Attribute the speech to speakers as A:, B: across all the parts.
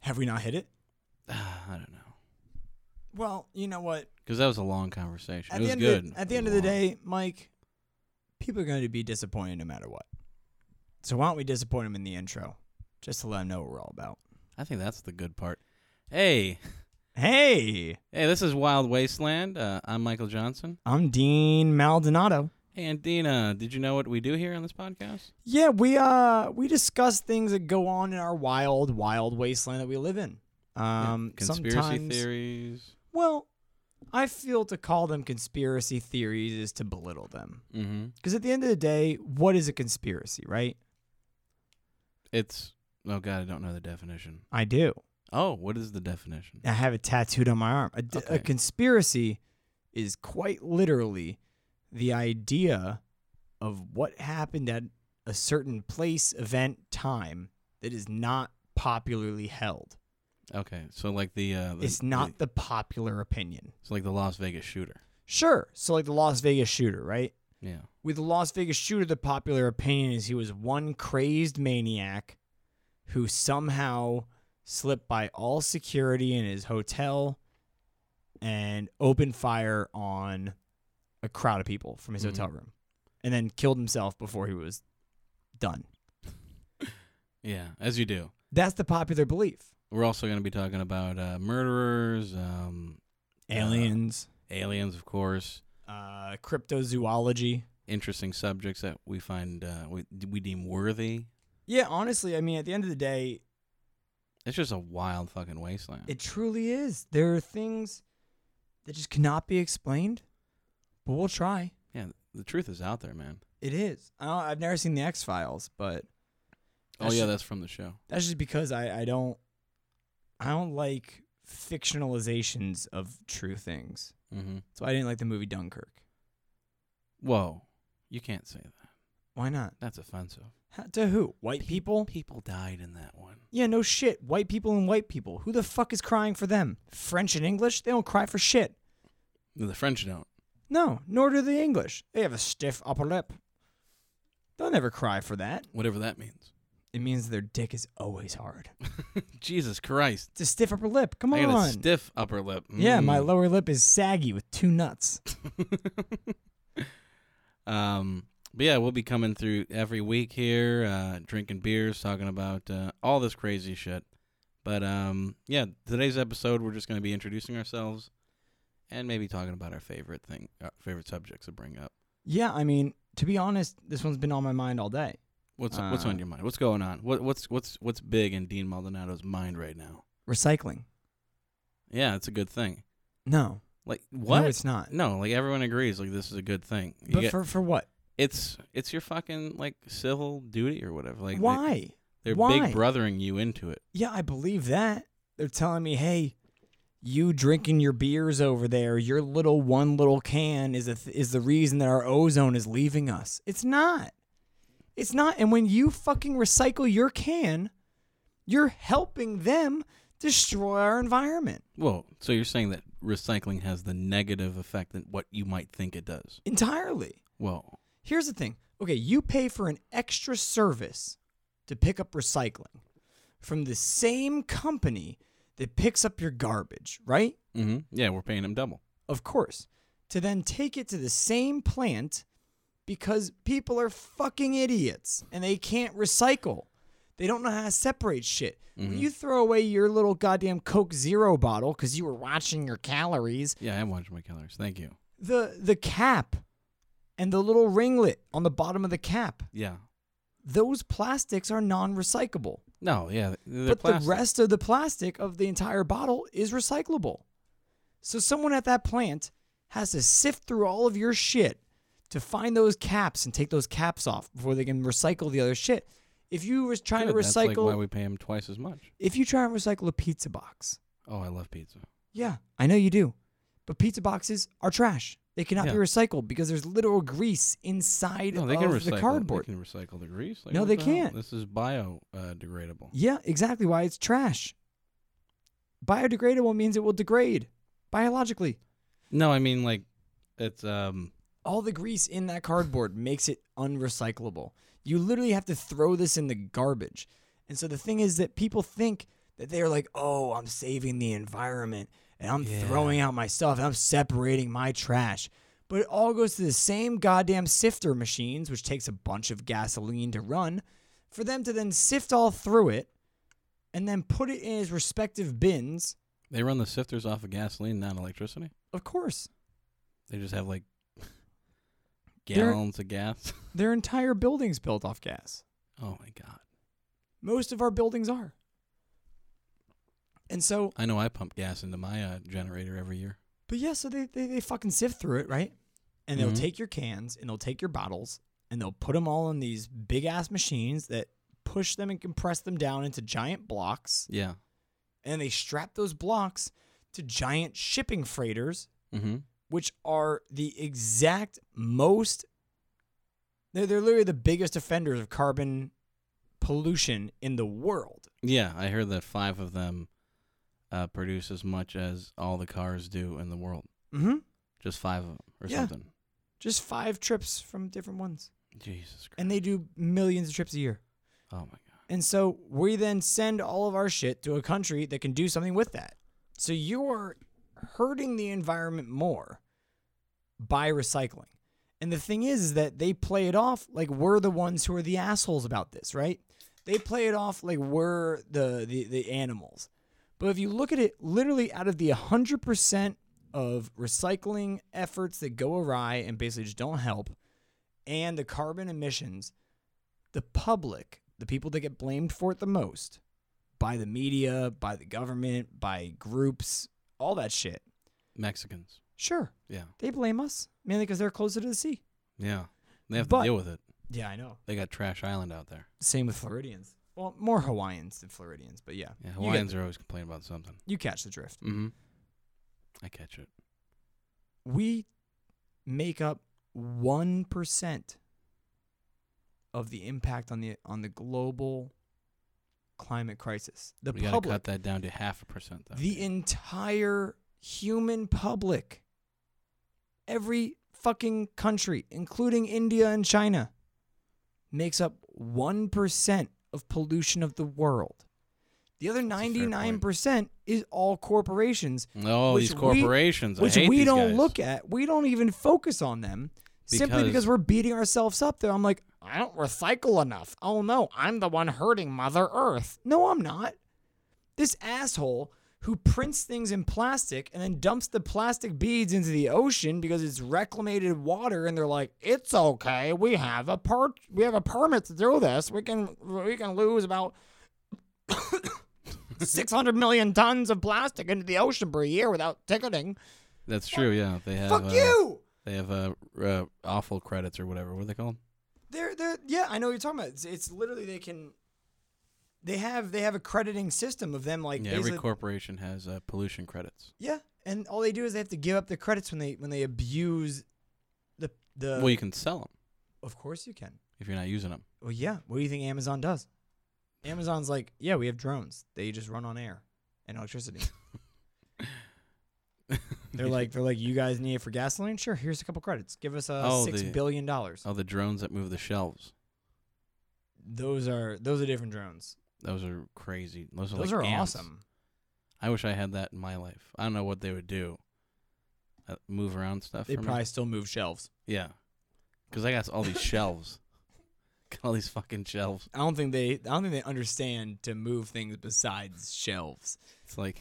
A: Have we not hit it?
B: I don't know.
A: Well, you know what?
B: Because that was a long conversation.
A: At
B: it
A: the
B: was
A: end
B: good.
A: Of the, at the
B: It
A: end
B: was
A: of the
B: long.
A: day, Mike, people are going to be disappointed no matter what. So why don't we disappoint them in the intro, just to let them know what we're all about?
B: I think that's the good part. Hey,
A: Hey,
B: hey, this is Wild Wasteland. Uh, I'm Michael Johnson.
A: I'm Dean Maldonado.
B: Hey, and Dina, did you know what we do here on this podcast?
A: Yeah, we uh we discuss things that go on in our wild, wild wasteland that we live in.
B: Yeah,
A: Um,
B: Conspiracy
A: sometimes-
B: theories.
A: Well, I feel to call them conspiracy theories is to belittle them.
B: Mm-hmm.
A: Because at the end of the day, what is a conspiracy, right?
B: It's oh god, I don't know the definition.
A: I do.
B: Oh, what is the definition?
A: I have it tattooed on my arm. A, d- a
B: Okay.
A: conspiracy is quite literally the idea of what happened at a certain place, event, time that is not popularly held.
B: Okay, so like the uh, the-
A: It's not the popular opinion.
B: the- it's like the Las Vegas shooter.
A: Sure. So, like the Las Vegas shooter, right?
B: Yeah.
A: With the Las Vegas shooter, the popular opinion is he was one crazed maniac who somehow slipped by all security in his hotel and opened fire on a crowd of people from his
B: Mhm.
A: hotel room and then killed himself before he was done.
B: Yeah, as you do.
A: That's the popular belief.
B: We're also going to be talking about uh, murderers, um,
A: Aliens,
B: aliens, of course.
A: uh, cryptozoology.
B: Interesting subjects that we find uh, we we deem worthy.
A: Yeah, honestly, I mean, at the end of the day,
B: It's just a wild fucking wasteland.
A: It truly is. There are things that just cannot be explained, but we'll try.
B: yeah, the truth is out there, man.
A: It is. I don't, I've never seen the X Files, but
B: Oh yeah, that's from the show.
A: that's just because I, I don't I don't like fictionalizations of true things.
B: Mm-hmm.
A: That's why I didn't like the movie Dunkirk.
B: Whoa, you can't say that.
A: Why not?
B: That's offensive.
A: Ha- To who? White
B: Pe-
A: people?
B: People died in that one.
A: Yeah, no shit. White people and white people. Who the fuck is crying for them? French and English? They don't cry for shit.
B: The French don't.
A: No, nor do the English. They have a stiff upper lip. They'll never cry for that.
B: Whatever that means.
A: It means their dick is always hard.
B: Jesus Christ.
A: It's a stiff upper lip. Come
B: I got
A: on.
B: a stiff upper lip.
A: yeah, my
B: Mm.
A: lower lip is saggy with two nuts.
B: um, but yeah, we'll be coming through every week here, uh, drinking beers, talking about uh, all this crazy shit. But um, yeah, today's episode, we're just going to be introducing ourselves and maybe talking about our favorite thing, our favorite subjects to bring up.
A: Yeah, I mean, to be honest, this one's been on my mind all day.
B: What's what's
A: Uh,
B: on your mind? What's going on? What what's what's what's big in Dean Maldonado's mind right now?
A: Recycling.
B: Yeah, it's a good thing.
A: No.
B: Like what?
A: No, it's not.
B: No, like everyone agrees. Like this is a good thing. You
A: But
B: get-
A: for, for what?
B: it's it's your fucking like civil duty or whatever. Like they-
A: Why?
B: They're
A: Why?
B: big brothering you into it.
A: Yeah, I believe that. They're telling me, hey, you drinking your beers over there, your little one little can is a th- is the reason that our ozone is leaving us. It's not. It's not. And when you fucking recycle your can, you're helping them destroy our environment
B: Whoa. So you're saying that recycling has the negative effect than what you might think it does.
A: entirely.
B: Whoa.
A: Here's the thing. Okay, you pay for an extra service to pick up recycling from the same company that picks up your garbage, right?
B: Mm-hmm. Yeah, we're paying them double.
A: of course, to then take it to the same plant because people are fucking idiots and they can't recycle. They don't know how to separate shit. When you throw away your little goddamn Coke Zero bottle because you were watching your calories,
B: Yeah, I'm watching my calories. Thank you.
A: the the cap and the little ringlet on the bottom of the cap,
B: Yeah.
A: those plastics are non-recyclable.
B: No, yeah. th- They're
A: but
B: plastic.
A: the rest of the plastic of the entire bottle is recyclable. So someone at that plant has to sift through all of your shit to find those caps and take those caps off before they can recycle the other shit. If you were trying
B: Good,
A: to
B: That's like
A: recycle,
B: why we pay them twice as much.
A: if you try and recycle a pizza box,
B: Oh, I love pizza.
A: yeah, I know you do, but pizza boxes are trash. They cannot be
B: Yeah.
A: recycled because there's literal grease inside
B: No, they
A: of
B: can recycle.
A: the cardboard.
B: They can recycle the grease. Like,
A: No,
B: what
A: they
B: the hell?
A: can't.
B: This is biodegradable. Uh, degradable.
A: Yeah, exactly why it's trash. Biodegradable means it will degrade biologically.
B: no, I mean like it's um.
A: all the grease in that cardboard makes it unrecyclable. You literally have to throw this in the garbage. And so the thing is that people think that they're like, oh, I'm saving the environment and I'm
B: Yeah.
A: throwing out my stuff and I'm separating my trash. But it all goes to the same goddamn sifter machines, which takes a bunch of gasoline to run, for them to then sift all through it and then put it in its respective bins.
B: They run the sifters off of gasoline, not electricity.
A: Of course,
B: They just have like
A: They're-
B: gallons of gas.
A: their entire building's built off gas.
B: Oh my god!
A: Most of our buildings are. And so,
B: I know I pump gas into my uh, generator every year.
A: but yeah, so they, they, they fucking sift through it, right? And they'll
B: Mhm.
A: take your cans and they'll take your bottles and they'll put them all in these big ass machines that push them and compress them down into giant blocks.
B: Yeah.
A: And they strap those blocks to giant shipping freighters,
B: Mm-hmm.
A: which are the exact most, they're, they're literally the biggest offenders of carbon pollution in the world.
B: Yeah, I heard that five of them uh, produce as much as all the cars do in the world.
A: Mm hmm.
B: Just five of them or
A: Yeah.
B: something.
A: Just five trips from different ones.
B: Jesus Christ!
A: And they do millions of trips a year.
B: oh my god!
A: And so we then send all of our shit to a country that can do something with that. So you're hurting the environment more by recycling. And the thing is, is that they play it off like we're the ones who are the assholes about this, right? They play it off like we're the the, the animals. But if you look at it literally out of the 100% of recycling efforts that go awry and basically just don't help, and the carbon emissions, the public, the people that get blamed for it the most by the media, by the government, by groups, all that shit.
B: Mexicans.
A: Sure,
B: Yeah.
A: they blame us mainly because they're closer to the sea.
B: Yeah. They have
A: But-
B: to deal with it.
A: Yeah, I know.
B: They got Trash Island out there.
A: Same with Floridians. Well, more Hawaiians than Floridians, but yeah. You
B: Yeah,
A: get-
B: Hawaiians are always complaining about something.
A: you catch the drift.
B: Mm-hmm. I catch it.
A: We make up 1% of the impact on the on the global climate crisis. The
B: we gotta
A: public
B: cut that down to half a percent, though.
A: the entire human public every fucking country including india and china makes up 1% of pollution of the world the other
B: a fair point.
A: 99% is all corporations
B: oh,
A: which
B: these
A: we-
B: corporations.
A: which
B: I hate
A: we
B: these
A: don't
B: guys.
A: look at we don't even focus on them simply
B: Because-
A: because we're beating ourselves up there i'm like i don't recycle enough oh no i'm the one hurting mother earth no i'm not this asshole who prints things in plastic and then dumps the plastic beads into the ocean because it's reclamated water and they're like it's okay we have a per- we have a permit to do this we can we can lose about 600 million tons of plastic into the ocean per year without ticketing
B: That's true. Yeah, they have.
A: fuck
B: uh,
A: you
B: They have uh, uh, awful credits or whatever. What are they called?
A: They're they're yeah, I know what you're talking about. It's, it's literally they can they have they have a crediting system of them like
B: Yeah, every
A: basically-
B: corporation has uh, pollution credits.
A: yeah, and all they do is they have to give up the credits when they when they abuse the the
B: well, you can sell them
A: Of course you can.
B: if you're not using them.
A: Well, yeah. What do you think Amazon does? Amazon's like, "Yeah, we have drones. They just run on air and electricity." they're like they're like, "You guys need it for gasoline? Sure, here's a couple credits. Give us a
B: Oh,
A: six
B: the-
A: billion dollars."
B: oh, the drones that move the shelves.
A: Those are those are different drones.
B: Those are crazy. Those are
A: Those
B: like
A: are
B: ants.
A: awesome.
B: I wish I had that in my life. I don't know what they would do. Uh, move around stuff.
A: They
B: for me?
A: probably still move shelves.
B: Yeah, because I got all these shelves. Got all these fucking shelves.
A: I don't think they I don't think they understand to move things besides shelves.
B: It's like,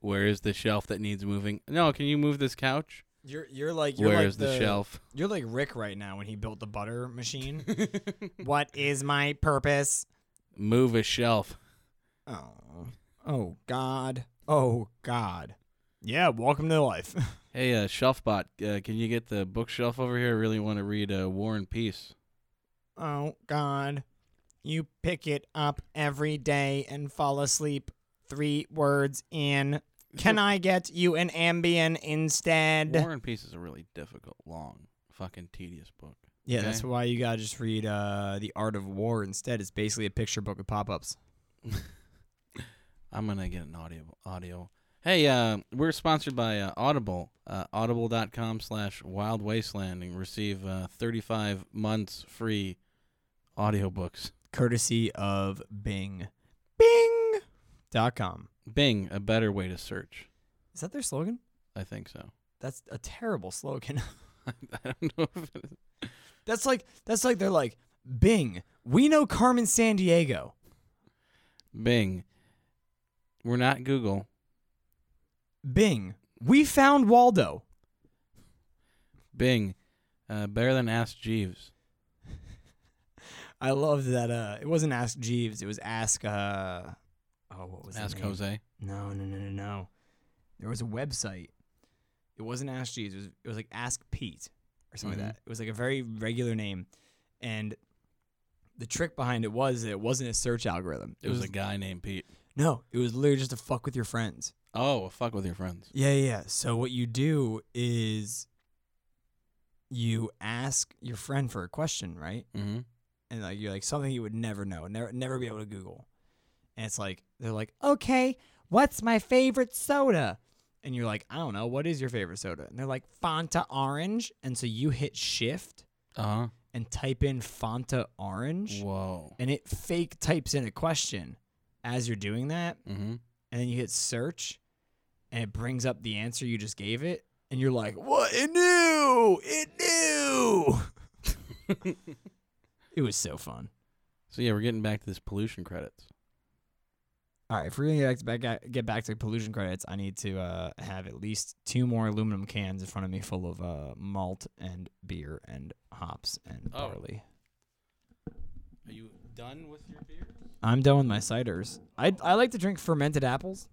B: where is the shelf that needs moving? No, can you move this couch?
A: You're you're like
B: Where
A: you're
B: is
A: like
B: the, shelf?
A: You're like Rick right now when he built the butter machine. what is my purpose?
B: Move a shelf.
A: Oh. Oh god. Oh god. Yeah, welcome to life.
B: Hey, uh, Shelfbot, uh, can you get the bookshelf over here? I really want to read uh, War and Peace.
A: oh god. You pick it up every day and fall asleep 3 words in. Can I get you an Ambien instead?
B: War and Peace is a really difficult, long, fucking tedious book.
A: Yeah,
B: Okay.
A: that's why you gotta just read uh, the Art of War instead. It's basically a picture book with pop-ups.
B: I'm gonna get an audio. Audio. Hey, uh, we're sponsored by uh, Audible. Uh, Audible.com/slash Wild Wasteland and receive uh, 35 months free audiobooks.
A: courtesy of Bing. Bing. com.
B: Bing, a better way to search.
A: Is that their slogan?
B: I think so.
A: That's a terrible slogan.
B: I don't know if it is.
A: That's like that's like they're like Bing. We know Carmen San Diego.
B: Bing. We're not Google.
A: Bing. We found Waldo.
B: Bing, uh, better than Ask Jeeves.
A: I loved that. Uh, it wasn't Ask Jeeves. It was Ask. Uh, oh, what was
B: Ask
A: the name?
B: Jose.
A: No, no, no, no, no. There was a website. It wasn't Ask Jeeves. It was, it was like Ask Pete or something
B: Mhm.
A: like that. It was like a very regular name, and the trick behind it was that it wasn't a search algorithm.
B: It was a guy named Pete.
A: no. It was literally just to fuck with your friends.
B: Oh, well, fuck with your friends.
A: Yeah, yeah, yeah. So what you do is you ask your friend for a question, right?
B: Mm-hmm.
A: and like you're like something you would never know, never never be able to Google. And it's like they're like, okay, what's my favorite soda? And you're like, I don't know, what is your favorite soda? And they're like Fanta Orange, and so you hit Shift
B: Uh
A: and type in Fanta Orange,
B: huh. Whoa.
A: and it fake types in a question as you're doing that,
B: Mm-hmm.
A: and then you hit Search, and it brings up the answer you just gave it, and you're like, what? It knew, it knew. it was so fun.
B: So yeah, we're getting back to this pollution credits.
A: All right, if we're gonna get back, back get back to pollution credits, I need to uh, have at least two more aluminum cans in front of me full of uh, malt and beer and hops and
B: Oh.
A: barley.
B: Are you done with your beer?
A: I'm done with my ciders. I I like to drink fermented apples.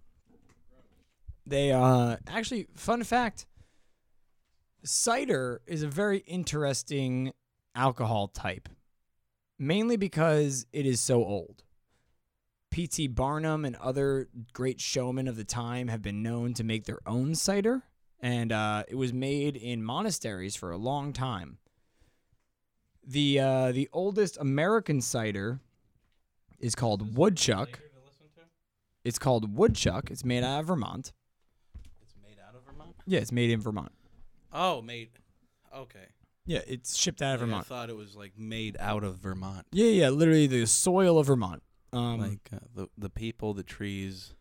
A: They uh actually fun fact. Cider is a very interesting alcohol type. Mainly because it is so old. P.T. Barnum and other great showmen of the time have been known to make their own cider, and uh, it was made in monasteries for a long time. The uh, the oldest American cider is called Woodchuck. It's called Woodchuck. It's made out of Vermont.
B: It's made out of Vermont.
A: Yeah, it's made in Vermont.
B: Oh, made. Okay.
A: Yeah, it's shipped out of
B: Like,
A: Vermont.
B: I thought it was like made out of Vermont.
A: Yeah, yeah, literally the soil of Vermont. Um,
B: like uh, the the people, the trees,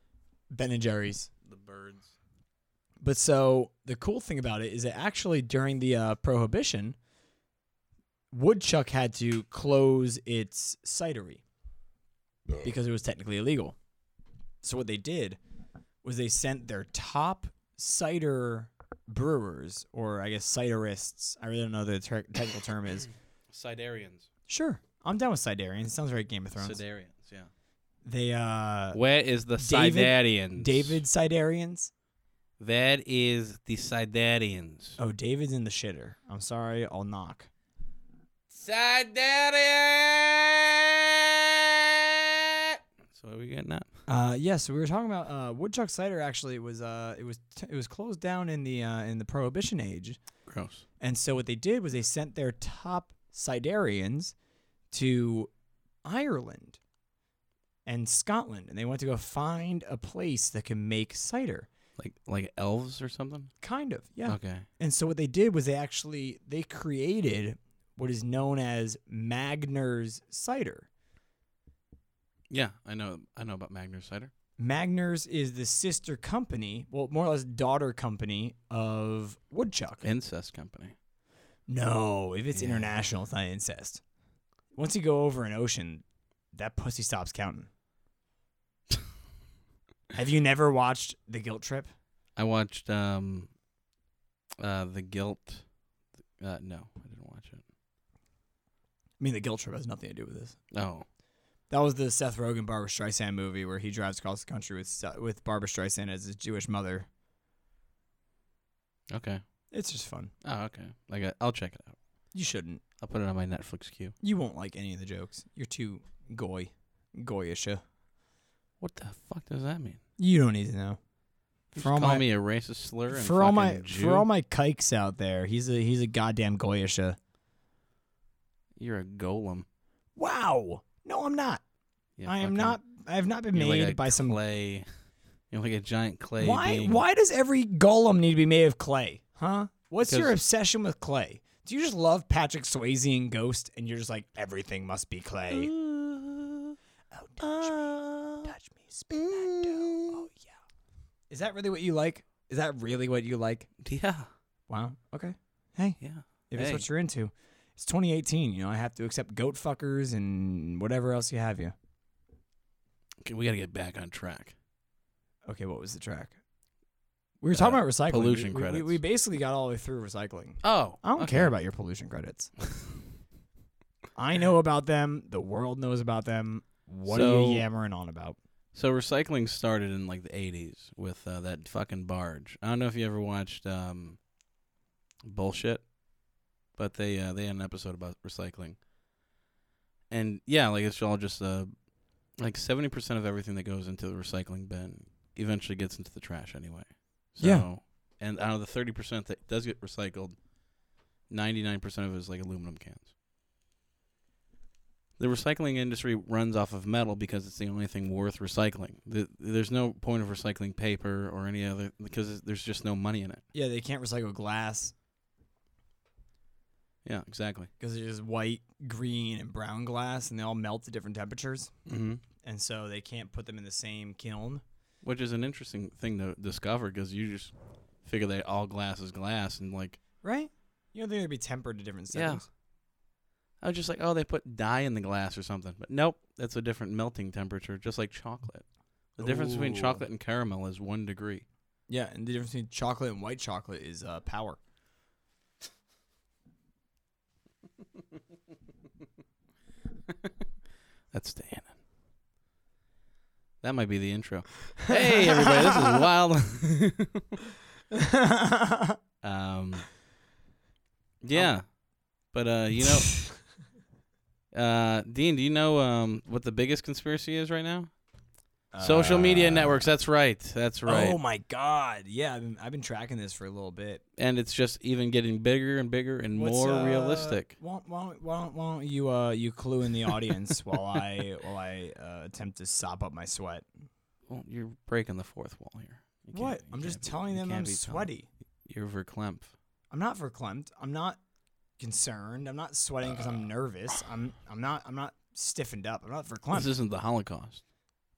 A: Ben and Jerry's.
B: the birds.
A: But so the cool thing about it is that actually during the uh, Prohibition, Woodchuck had to close its cidery because it was technically illegal. So what they did was they sent their top cider brewers, or I guess ciderists. I really don't know what the ter- technical term is.
B: Sidarians.
A: Sure. I'm down with Sidarian. It sounds very Game of Thrones.
B: Sidarians. Yeah.
A: they uh
B: Where is the
A: David-
B: Sidarians?
A: David Sidarians.
B: That is the Sidarians.
A: Oh, David's in the shitter. I'm sorry, I'll knock.
B: Sidarian. So what are we getting at?
A: Uh yeah, so we were talking about uh Woodchuck cider actually was uh it was t- it was closed down in the uh in the prohibition age.
B: Gross.
A: And so what they did was they sent their top Sidarians to Ireland and Scotland and they went to go find a place that can make cider.
B: Like like elves or something?
A: Kind of. Yeah.
B: Okay.
A: And so what they did was they actually they created what is known as Magner's cider.
B: Yeah, I know I know about Magnus cider.
A: Magner's is the sister company, well, more or less daughter company of Woodchuck.
B: Incest company.
A: No, if it's
B: Yeah.
A: international, it's not incest. Once you go over an ocean, that pussy stops counting. Have you never watched The Guilt Trip?
B: I watched um uh The Guilt uh no, I didn't watch it.
A: I mean, The Guilt Trip has nothing to do with this.
B: Oh.
A: That was the Seth Rogen Barbara Streisand movie where he drives across the country with with Barbara Streisand as his Jewish mother.
B: Okay.
A: It's just fun.
B: Oh, okay. Like I, I'll check it out.
A: You shouldn't.
B: I'll put it on my Netflix queue.
A: You won't like any of the jokes. You're too goy, goyish.
B: What the fuck does that mean?
A: You don't need to know.
B: You
A: For
B: just
A: all
B: call
A: my-
B: me a racist slur and
A: For all my
B: fucking Jew?
A: for all my kikes out there, he's a he's a goddamn goyish.
B: You're a golem.
A: Wow. No, I'm not.
B: You
A: I am
B: fucking-
A: not. I have not been
B: you're like
A: made
B: a
A: by some.
B: clay. You're like a giant clay.
A: Why?
B: being.
A: Why does every golem need to be made of clay? Huh? What's your
B: Because-
A: obsession with clay? Do you just love Patrick Swayze and Ghost, and you're just like
B: Mm,
A: everything must be clay?
B: Ooh, uh,
A: Oh, touch me, touch me, spin that dough.
B: mm.
A: Is that really what you like? Is that really what you like?
B: Yeah.
A: Wow. Okay. Hey,
B: Yeah.
A: if
B: Hey.
A: it's what you're into, it's 2018. You know, I have to accept goat fuckers and whatever else you have you.
B: Okay, we got to get back on track.
A: Okay, what was the track? We were talking
B: Uh,
A: about recycling.
B: pollution
A: We- we, we-
B: credits.
A: We, basically got all the way through recycling.
B: Oh.
A: I don't
B: okay.
A: care about your pollution credits. I know about them. The world knows about them. What are
B: So-
A: you yammering on about?
B: So recycling started in like the 80s with uh, that fucking barge. I don't know if you ever watched um, Bullshit, but they uh, they had an episode about recycling. And yeah, like it's all just uh, like 70% of everything that goes into the recycling bin eventually gets into the trash anyway. So,
A: Yeah.
B: And out of the 30% that does get recycled, 99% of it is like aluminum cans. The recycling industry runs off of metal because it's the only thing worth recycling. The, there's no point of recycling paper or any other because there's just no money in it.
A: Yeah, they can't recycle glass
B: Yeah, exactly.
A: because it's just white, green, and brown glass, and they all melt at different temperatures.
B: Mm-hmm.
A: And so they can't put them in the same kiln.
B: Which is an interesting thing to discover because you just figure that all glass is glass and like
A: Right? You don't think they'd be tempered to different
B: Yeah.
A: settings?
B: I was just like, oh, they put dye in the glass or something. But nope, that's a different melting temperature, just like chocolate. The difference between
A: Ooh.
B: chocolate and caramel is one degree.
A: Yeah, and the difference between chocolate and white chocolate is uh, power.
B: That's Dannon. That might be the intro. Hey, everybody, this is wild. um, yeah,
A: Um,
B: but uh, you know, uh, Dean, do you know um what the biggest conspiracy is right now? Social media
A: Uh,
B: networks. That's right. That's right.
A: Oh my god! Yeah, I've been, I've been tracking this for a little bit.
B: and it's just even getting bigger and bigger and
A: What's,
B: more
A: uh,
B: realistic.
A: Why don't, why, don't, why, don't, why don't you uh, you clue in the audience while I while I uh, attempt to sop up my sweat?
B: Well, you're breaking the fourth wall here. You can't-
A: What?
B: you
A: I'm just
B: can't be-
A: telling
B: you
A: them
B: can't
A: I'm
B: be telling-
A: sweaty.
B: You're verklempt.
A: I'm not verklempt. I'm not concerned. I'm not sweating because I'm nervous. I'm I'm not I'm not stiffened up. I'm not verklempt.
B: Uh. This isn't the Holocaust.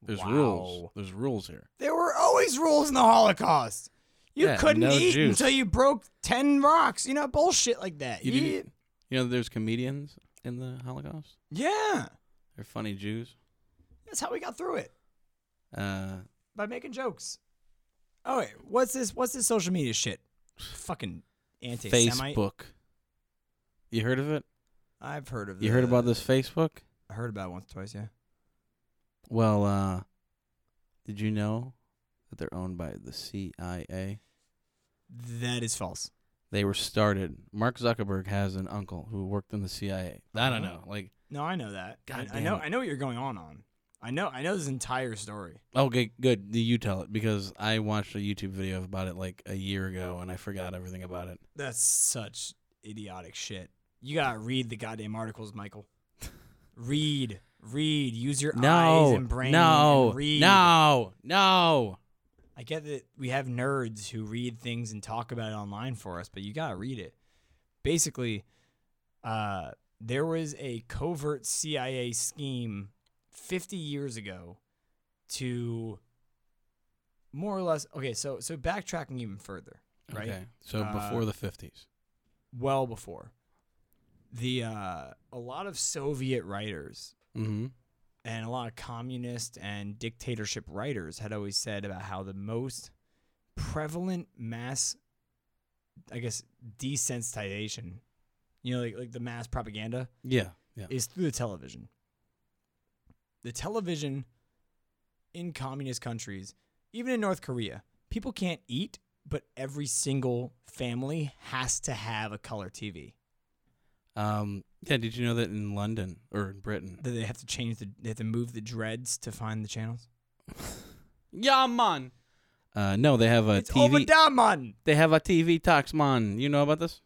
B: There's rules.
A: Wow.
B: There's rules here.
A: There were always rules in the Holocaust. You
B: Yeah,
A: couldn't
B: no
A: eat
B: juice.
A: until you broke ten rocks. You know bullshit like that.
B: You
A: You-
B: didn't. You know, there's comedians in the Holocaust.
A: yeah,
B: They're funny Jews.
A: that's how we got through it
B: Uh,
A: by making jokes. Oh wait, what's this? What's this social media shit? Fucking anti-Semite.
B: Facebook. You heard of it?
A: I've heard of.
B: You heard
A: the-
B: about this Facebook?
A: I heard about it once, twice. Yeah.
B: Well, uh, did you know that they're owned by the CIA?
A: That is false.
B: They were started. Mark Zuckerberg has an uncle who worked in the CIA. I don't know.
A: Uh-huh.
B: Like,
A: No, I know that. I-
B: God
A: I,
B: damn
A: know.
B: it.
A: I know what you're going on on. I know. I know this entire story.
B: okay, good. Do You tell it because I watched a YouTube video about it like a year ago and I forgot everything about it.
A: That's such idiotic shit. You gotta read the goddamn articles, Michael. read, read. Use your eyes
B: No,
A: and brain.
B: no,
A: and read.
B: no, no.
A: I get that we have nerds who read things and talk about it online for us, but you gotta read it. Basically, uh, there was a covert CIA scheme 50 years ago to more or less. Okay, so so backtracking even further, right?
B: Okay, so
A: Uh,
B: before the fifties.
A: Well before the uh, a lot of Soviet writers
B: Mm-hmm.
A: and a lot of communist and dictatorship writers had always said about how the most prevalent mass i guess desensitization you know like, like the mass propaganda
B: Yeah, yeah.
A: is through the television the television in communist countries even in north korea people can't eat but every single family has to have a color tv
B: Um, yeah. Did you know that in London or in Britain?
A: that they have to change the they have to move the dreads to find the channels
B: Yeah, man. Uh, no, they have a
A: it's
B: TV.
A: over there, man.
B: they have a TV tax, man. You know about this?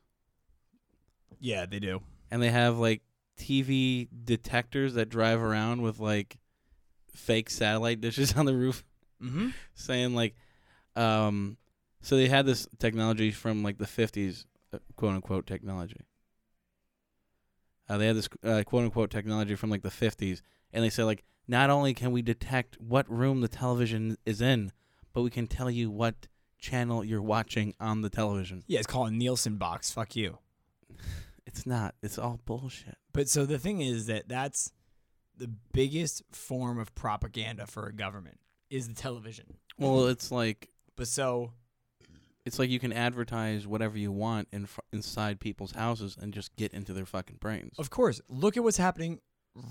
A: Yeah, they do.
B: And they have like TV detectors that drive around with like fake satellite dishes on the roof,
A: Mm-hmm.
B: saying like, um, so they had this technology from like the fifties, uh, quote unquote technology. Uh, they had this uh, quote unquote technology from like the fifties, and they said like, not only can we detect what room the television is in, but we can tell you what channel you're watching on the television.
A: Yeah, it's called a Nielsen box. Fuck you.
B: It's not. It's all bullshit.
A: But so the thing is that that's the biggest form of propaganda for a government is the television.
B: Well, it's like
A: But so
B: it's like you can advertise whatever you want in fr- inside people's houses and just get into their fucking brains.
A: of course, look at what's happening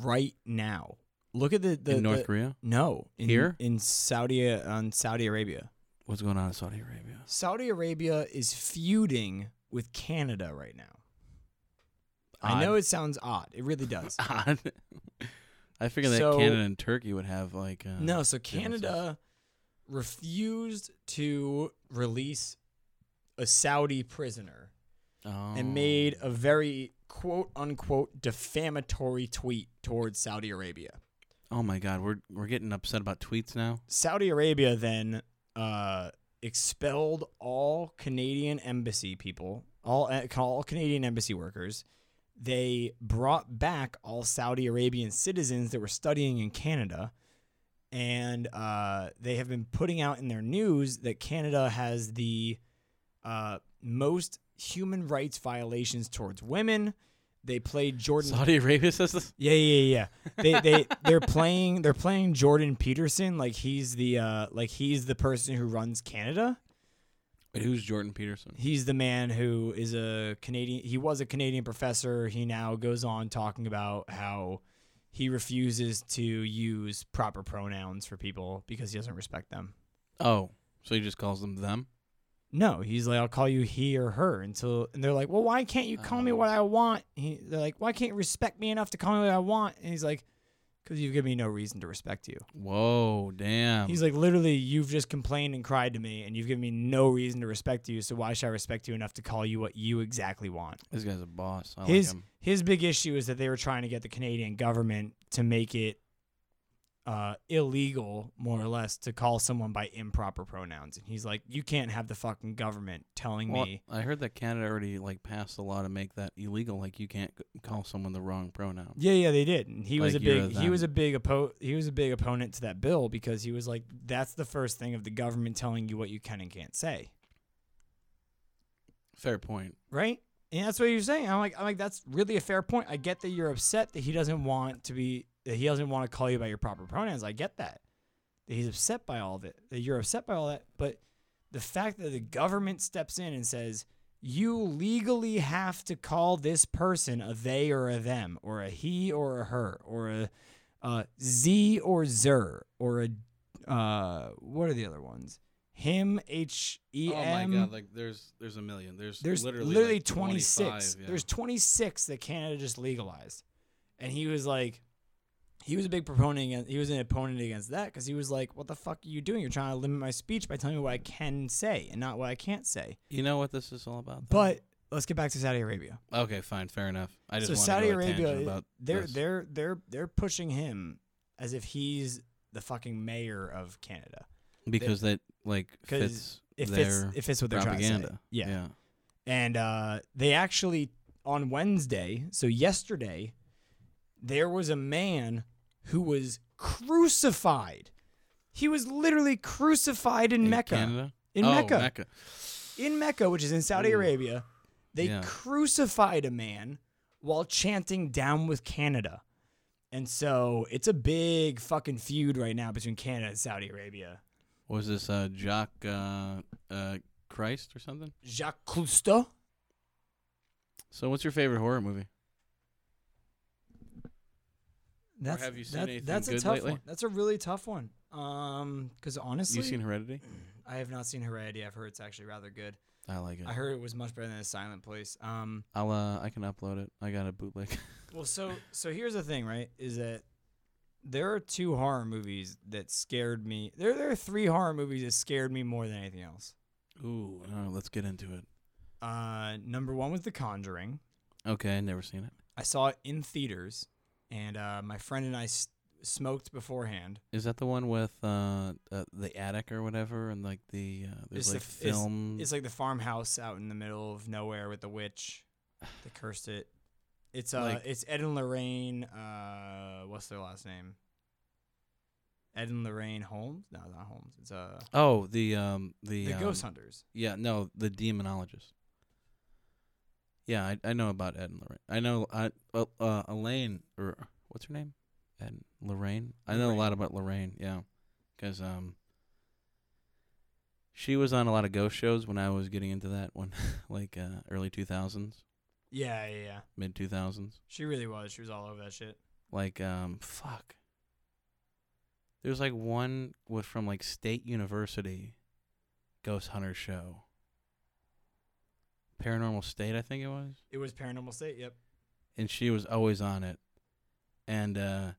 A: right now. Look at the the
B: in North
A: the-
B: Korea,
A: No, in,
B: Here?
A: in Saudi on Saudi Arabia.
B: what's going on in Saudi Arabia?
A: Saudi Arabia is feuding with Canada right now. I know
B: Odd.
A: it sounds odd. It really does.
B: Odd. I figured that
A: So-
B: Canada and Turkey would have like uh,
A: No, so
B: differences.
A: Canada refused to release a Saudi prisoner
B: oh.
A: and made a very quote unquote defamatory tweet towards Saudi Arabia.
B: Oh my god, we're we're getting upset about tweets now.
A: Saudi Arabia then uh, expelled all Canadian embassy people, all eh, all Canadian embassy workers. They brought back all Saudi Arabian citizens that were studying in Canada, and uh, they have been putting out in their news that Canada has the uh, most human rights violations towards women. They played Jordan
B: Saudi Arabia says this.
A: yeah, yeah, yeah. They they they're playing they're playing Jordan Peterson like he's the uh like he's the person who runs Canada.
B: Wait, who's Jordan Peterson?
A: He's the man who is a Canadian he was a Canadian professor. He now goes on talking about how he refuses to use proper pronouns for people because he doesn't respect them.
B: Oh, so he just calls them them.
A: No, he's like I'll call you he or her until and they're like, "Well, why can't you call me what I want?" He, they're like, "Why can't you respect me enough to call me what I want?" And he's like, "Cuz you've given me no reason to respect you."
B: Whoa, damn.
A: He's like, literally, you've just complained and cried to me, and you've given me no reason to respect you. So why should I respect you enough to call you what you exactly want?
B: this guy's a boss. I
A: his
B: like him.
A: his big issue is that they were trying to get the Canadian government to make it uh, illegal, more or less, to call someone by improper pronouns. And he's like, you can't have the fucking government telling
B: Well,
A: me.
B: I heard that Canada already like passed a law to make that illegal. Like you can't c- call someone the wrong pronoun.
A: Yeah, yeah, they did. And he was a
B: Like, you're
A: big he
B: them.
A: was a big oppo- he was a big opponent to that bill because he was like, that's the first thing of the government telling you what you can and can't say.
B: Fair point.
A: right? And that's what you're saying. I'm like, I'm like, that's really a fair point. I get that you're upset that he doesn't want to be, that he doesn't want to call you by your proper pronouns. I get that. That he's upset by all of it. That you're upset by all that. But the fact that the government steps in and says you legally have to call this person a they or a them or a he or a her or a uh, z or zer or a uh, what are the other ones? Him, H E M.
B: Oh Like there's there's a million.
A: There's literally, 26. There's 26 that Canada just legalized. And he was like, he was a big proponent. Against, he was an opponent against that because he was like, what the fuck are you doing? You're trying to limit my speech by telling me what I can say and not what I can't say.
B: you know what this is all about. though?
A: But let's get back to Saudi Arabia.
B: okay, fine, fair enough. I just
A: So Saudi
B: wanted to go on a tangent
A: Arabia,
B: about
A: They're,
B: this.
A: they're, they're, they're pushing him as if he's the fucking mayor of Canada.
B: because that like
A: 'cause
B: fits
A: If it's,
B: their
A: if it's what they're trying to say.
B: propaganda.
A: Yeah. and uh, they actually on Wednesday, so yesterday, there was a man who was crucified. He was literally crucified in,
B: In
A: Mecca,
B: Canada?
A: in
B: oh,
A: Mecca,
B: Mecca.
A: in Mecca, which is in Saudi
B: Ooh.
A: Arabia. They
B: Yeah.
A: crucified a man while chanting "Down with Canada," and so it's a big fucking feud right now between Canada and Saudi Arabia.
B: Was this uh, Jacques uh, uh, Christ or something?
A: Jacques Cousteau.
B: So, what's your favorite horror movie?
A: That's,
B: have you seen anything
A: that's a
B: good
A: tough
B: lately?
A: one. That's a really tough one. Um, because honestly,
B: You seen Heredity?
A: I have not seen Heredity. I've heard it's actually rather good.
B: I like it.
A: I heard it was much better than A Silent Place. Um,
B: I'll uh, I can upload it. I got a bootleg.
A: well, so so here's the thing, right? Is that there are two horror movies that scared me. There there are three horror movies that scared me more than anything else.
B: Ooh, all right, Oh, let's get into it.
A: Uh, number one was The Conjuring.
B: Okay, never seen it.
A: I saw it in theaters, and uh, my friend and I s- smoked beforehand.
B: Is that the one with uh, uh the attic or whatever, and like the uh,
A: It's
B: there's
A: the
B: like
A: f-
B: film?
A: It's like the farmhouse out in the middle of nowhere with the witch. They cursed it. It's uh,
B: Like-
A: it's Ed and Lorraine. Uh, what's their last name? Ed and Lorraine Holmes. No, not Holmes. It's uh
B: Oh, the um the,
A: the
B: um,
A: Ghost Hunters.
B: Yeah, no, the demonologist. Yeah, I, I know about Ed and Lorraine. I know I, uh, uh, Elaine or what's her name? Ed and Lorraine. I know a lot about Lorraine. Yeah, because um, she was on a lot of ghost shows when I was getting into that one, like uh, early two thousands,
A: Yeah, yeah, yeah.
B: mid two thousands.
A: She really was. She was all over that shit.
B: Like um, fuck. There's like one was from like State University, Ghost Hunter show. Paranormal State, I think it was.
A: It was Paranormal State. Yep.
B: and she was always on it. And uh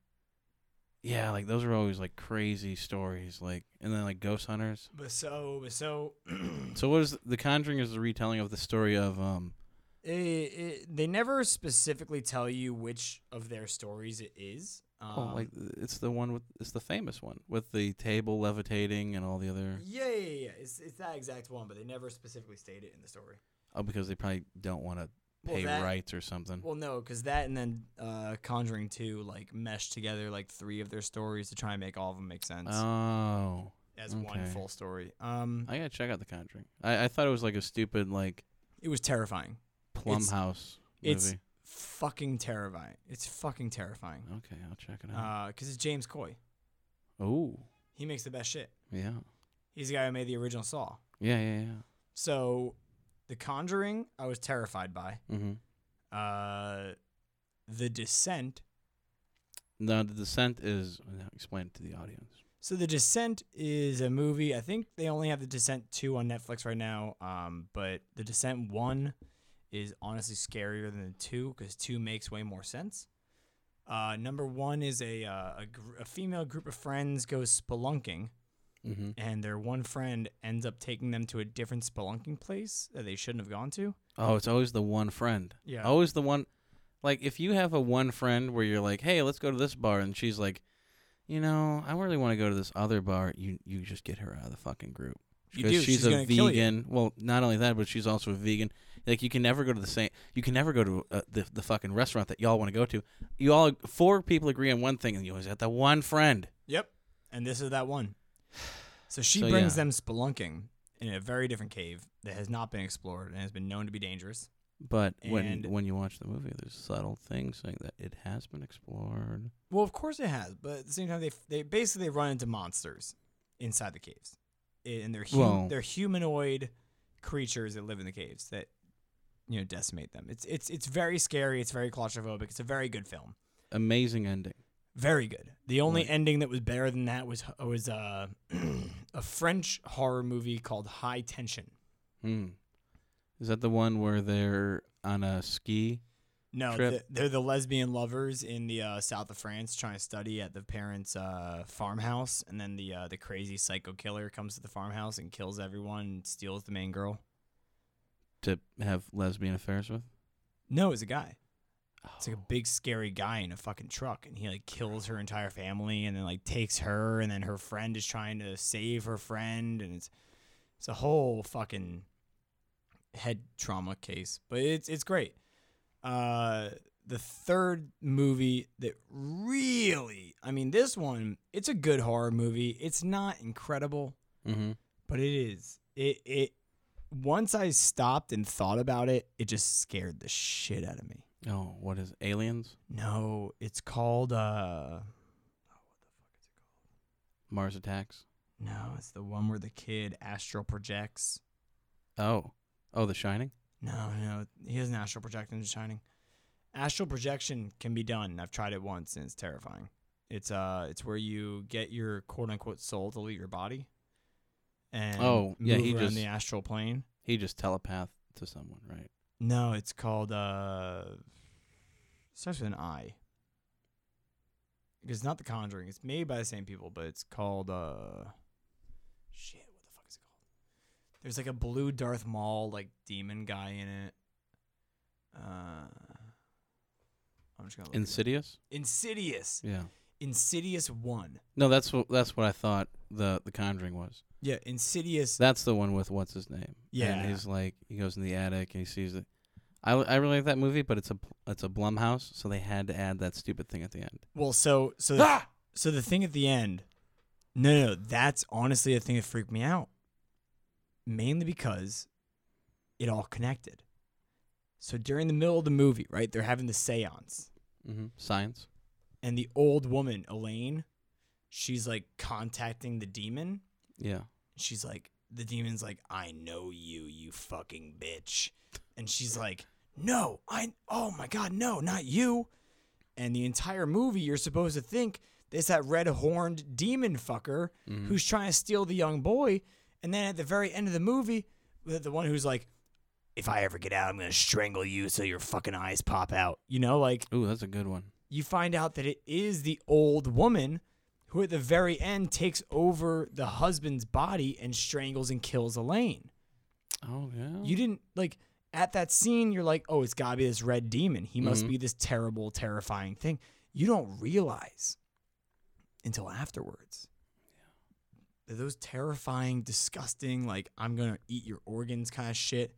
B: yeah, like those were always like crazy stories, like and then like ghost hunters.
A: But so, but so,
B: So what is the Conjuring is the retelling of the story of um
A: it, it, they never specifically tell you which of their stories it is. Um,
B: oh, like it's the one with it's the famous one with the table levitating and all the other
A: Um, yeah, yeah, yeah, yeah. It's it's that exact one, but they never specifically state it in the story.
B: oh because they probably don't want to
A: Well,
B: pay
A: that-
B: rights or something.
A: Well, no, because that and then uh, Conjuring Two like mesh together like three of their stories to try and make all of them make sense
B: oh,
A: as one
B: okay.
A: full story. Um,
B: I gotta check out the Conjuring. I, I thought it was like a stupid like
A: it was terrifying.
B: Plum
A: It's-
B: House movie.
A: it's- Fucking terrifying. It's fucking terrifying.
B: okay, I'll check it out.
A: Uh 'cause because it's James Coy.
B: oh,
A: He makes the best shit.
B: yeah,
A: He's the guy who made the original Saw.
B: yeah, yeah,
A: So, The Conjuring, I was terrified by.
B: yeah. Mm-hmm.
A: Uh, the Descent.
B: No, the descent is no, explain it to the audience.
A: So, The Descent is a movie. I think they only have The Descent 2 on Netflix right now. Um, but The Descent 1 is honestly scarier than 2 because 2 makes way more sense. Uh, number one is a, uh, a, gr- a female group of friends goes spelunking.
B: Mm-hmm.
A: and their one friend ends up taking them to a different spelunking place that they shouldn't have gone to.
B: Oh, it's always the one friend.
A: Yeah.
B: Always the one. Like if you have a one friend where you're like, "Hey, let's go to this bar," and she's like, "You know, I really want to go to this other bar." You you just get her out of the fucking group.
A: You
B: 'Cause
A: do,
B: She's,
A: she's
B: a
A: gonna kill you.
B: vegan. Well, not only that, but she's also a vegan. Like you can never go to the same. You can never go to uh, the the fucking restaurant that y'all want to go to. You all four people agree on one thing, and you always got that one friend.
A: Yep. And this is that one. So she
B: So,
A: brings
B: yeah.
A: them spelunking in a very different cave that has not been explored and has been known to be dangerous.
B: But when
A: And-
B: when you watch the movie, there's subtle things like that. It has been explored.
A: Well, of course it has, but at the same time, they they basically run into monsters inside the caves, and they're hum-
B: Well-
A: they're humanoid creatures that live in the caves that you know decimate them. It's it's it's very scary. It's very claustrophobic. It's a very good film.
B: Amazing ending.
A: Very good. The only
B: Right.
A: ending that was better than that was was uh, a French horror movie called High Tension.
B: Hmm. Is that the one where they're on a ski?
A: No,
B: Trip.
A: th they're the lesbian lovers in the uh, south of France trying to study at the parents' uh, farmhouse, and then the uh, the crazy psycho killer comes to the farmhouse and kills everyone and steals the main girl.
B: To have lesbian affairs with?
A: No, it's a guy. It's like a big scary guy in a fucking truck, and he like kills her entire family, and then like takes her, and then her friend is trying to save her friend, and it's it's a whole fucking head trauma case, but it's it's great. Uh, the third movie that really, I mean, this one, it's a good horror movie. It's not incredible,
B: Mm-hmm.
A: but it is. It it once I stopped and thought about it, it just scared the shit out of me.
B: Oh, what is aliens?
A: No, it's called uh
B: Mars attacks?
A: no, it's the one where the kid astral projects.
B: Oh, oh, The Shining.
A: No, no, he doesn't astral project in The Shining. Astral projection can be done. I've tried it once and it's terrifying. It's uh it's where you get your quote unquote soul to leave your body. And
B: Oh, yeah,
A: move
B: he
A: around
B: just-
A: the astral plane.
B: He just telepath to someone, right?
A: No, it's called uh starts with an I. It's not The Conjuring. It's made by the same people, but it's called uh shit, what the fuck is it called? There's like a blue Darth Maul like demon guy in it. Uh I'm just gonna look it up.
B: Insidious.
A: Insidious.
B: Yeah.
A: Insidious one.
B: No, that's what that's what I thought the the Conjuring was.
A: Yeah, Insidious
B: That's the one with what's his name.
A: Yeah.
B: And he's like, he goes in the attic and he sees it. I, I really like that movie, but it's a it's a Blumhouse, so they had to add that stupid thing at the end.
A: Well, so so the, so the thing at the end No, no, no, that's honestly the thing that freaked me out. Mainly because it all connected. So during the middle of the movie, right, they're having the seance,
B: Mm-hmm. Science.
A: and the old woman, Elaine, she's like contacting the demon.
B: Yeah.
A: She's like, the demon's like, I know you, you fucking bitch. And she's like, No, I, oh my God, no, not you. And the entire movie, you're supposed to think there's that red horned demon fucker who's trying to steal the young boy. And then at the very end of the movie, the the one who's like, If I ever get out, I'm going to strangle you so your fucking eyes pop out. You know, like,
B: Ooh, that's a good one.
A: you find out that it is the old woman who at the very end takes over the husband's body and strangles and kills Elaine.
B: Oh yeah.
A: You didn't like at that scene you're like, "Oh, it's got to be this red demon. He must
B: Mhm.
A: be this terrible, terrifying thing." You don't realize until afterwards. that Those terrifying, disgusting, like I'm going to eat your organs kind of shit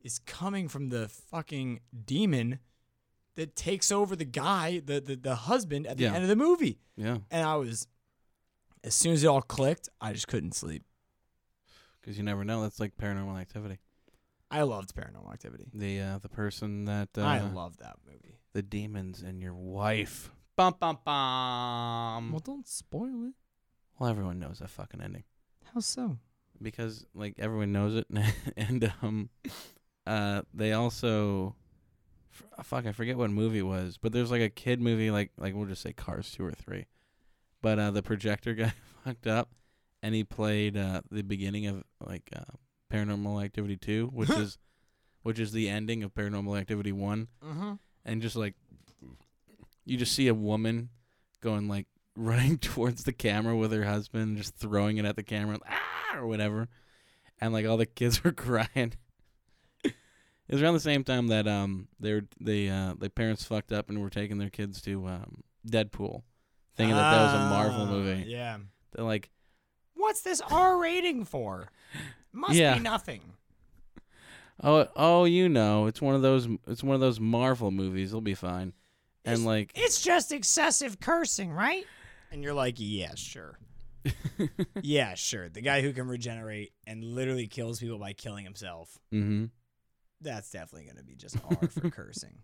A: is coming from the fucking demon that takes over the guy, the the, the husband at the
B: Yeah.
A: end of the movie.
B: yeah.
A: And I was as soon as it all clicked, I just couldn't sleep.
B: Because you never know. That's like paranormal activity.
A: I loved Paranormal Activity.
B: The uh, the person that uh,
A: I love that movie.
B: the demons and your wife. Bum bum bum.
A: Well, don't spoil it.
B: Well, everyone knows that fucking ending
A: How so?
B: because like everyone knows it, and um, uh, they also, f- uh, fuck, I forget what movie it was, but there's like a kid movie, like like we'll just say Cars two or three, but uh, the projector guy fucked up, and he played uh the beginning of like uh, Paranormal Activity two, which is, which is the ending of Paranormal Activity one,
A: Mm-hmm.
B: and just like you just see a woman going like running towards the camera with her husband, just throwing it at the camera, ah, or whatever, and like all the kids were crying. it was around the same time that um they were they uh the parents fucked up and were taking their kids to um Deadpool, thinking that that was a Marvel movie.
A: Ah, Yeah.
B: They're like,
A: What's this R rating for? Must
B: Yeah.
A: be nothing.
B: oh oh you know it's one of those it's one of those Marvel movies. It'll be fine. And like
A: It's just excessive cursing, right? And you're like, yeah, sure. yeah, sure. The guy who can regenerate and literally kills people by killing himself.
B: hmm
A: That's definitely going to be just R for cursing.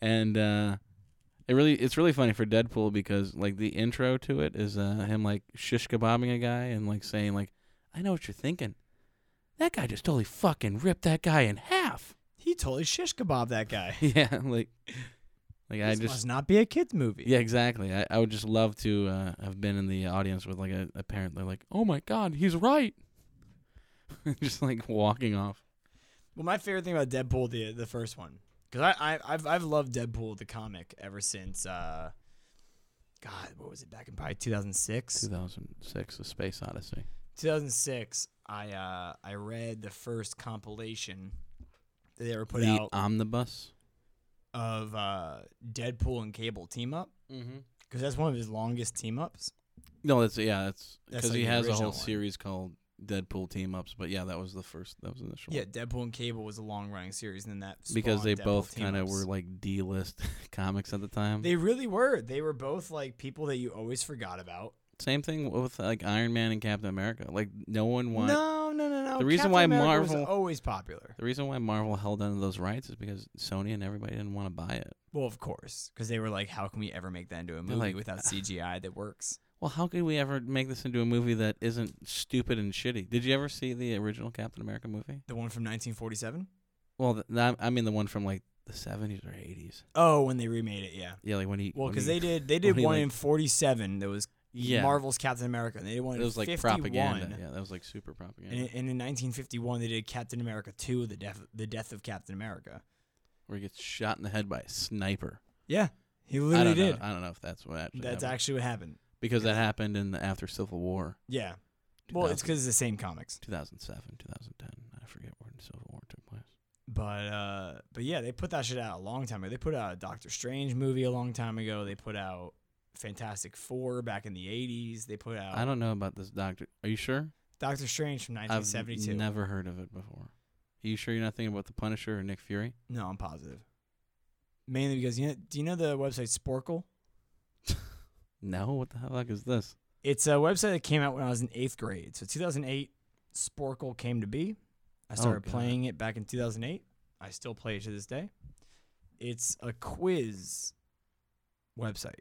B: and uh it really it's really funny for Deadpool because like the intro to it is uh him like shish kebabbing a guy and like saying like I know what you're thinking. That guy just totally fucking ripped that guy in half.
A: He totally shish kebab that guy.
B: yeah, like like I
A: this
B: just
A: must not be a kids movie.
B: yeah, exactly. I, I would just love to uh, have been in the audience with like a, a parent. They're like, "Oh my god, he's right," just like walking off.
A: Well, my favorite thing about Deadpool the the first one because I, I I've I've loved Deadpool the comic ever since. Uh, God, what was it back in probably 2006?
B: 2006: The Space Odyssey.
A: 2006. I uh I read the first compilation that they ever put
B: the uh,
A: out
B: omnibus.
A: of uh Deadpool and Cable team up
B: Mm-hmm.
A: because that's one of his longest team ups.
B: No, that's yeah, that's
A: That's,
B: because
A: like,
B: he
A: the
B: has a whole
A: original one.
B: series called Deadpool team ups. But yeah, that was the first. That was the initial.
A: Yeah,
B: one.
A: Deadpool and Cable was a long running series, and then that
B: because they
A: spawned Deadpool
B: both kind of
A: team-ups.
B: were like D list comics at the time.
A: They really were. They were both like people that you always forgot about.
B: Same thing with like Iron Man and Captain America. Like no one wanted.
A: No, no, no, no.
B: The reason
A: Captain
B: why
A: America was
B: Marvel-
A: always popular.
B: The reason why Marvel held onto those rights is because Sony and everybody didn't want to buy it.
A: Well, of course, because they were like, "How can we ever make that into a movie
B: like, uh,
A: without CGI that works?"
B: Well, how could we ever make this into a movie that isn't stupid and shitty? Did you ever see the original Captain America movie?
A: The one from 1947.
B: Well, th- not- I mean the one from like the 70s or 80s.
A: Oh, when they remade it, yeah.
B: Yeah, like when he.
A: Well,
B: when
A: because
B: he-
A: they did they did
B: when he,
A: one
B: like-
A: in 47 that was
B: yeah.
A: Marvel's Captain America, and they did one
B: It
A: in
B: was like
A: 51.
B: propaganda. Yeah, that was like super
A: And,
B: propaganda.
A: in- and in 1951, they did Captain America 2, the death the death of Captain America.
B: where he gets shot in the head by a sniper.
A: Yeah, he
B: I
A: literally
B: don't
A: did.
B: know. I don't know if that's what actually
A: That's
B: happened.
A: actually what happened.
B: because that happened in the after Civil War,
A: Yeah. Well, it's
B: 2000.
A: because it's the same comics.
B: 2007, 2010. I forget when Civil War took place.
A: But uh, but yeah, they put that shit out a long time ago. They put out a Doctor Strange movie a long time ago. They put out Fantastic Four back in the '80s. They put
B: I
A: out
B: don't know about this doctor. Are you sure?
A: Doctor Strange from
B: I've
A: 1972.
B: never heard of it before. Are you sure you're not thinking about the Punisher or Nick Fury?
A: no, I'm positive. Mainly because you know, do you know the website Sporkle?
B: No, what the fuck is this?
A: It's a website that came out when I was in eighth grade. So 2008, Sporkle came to be. I
B: Oh,
A: started
B: God.
A: playing it back in 2008. I still play it to this day. It's a quiz website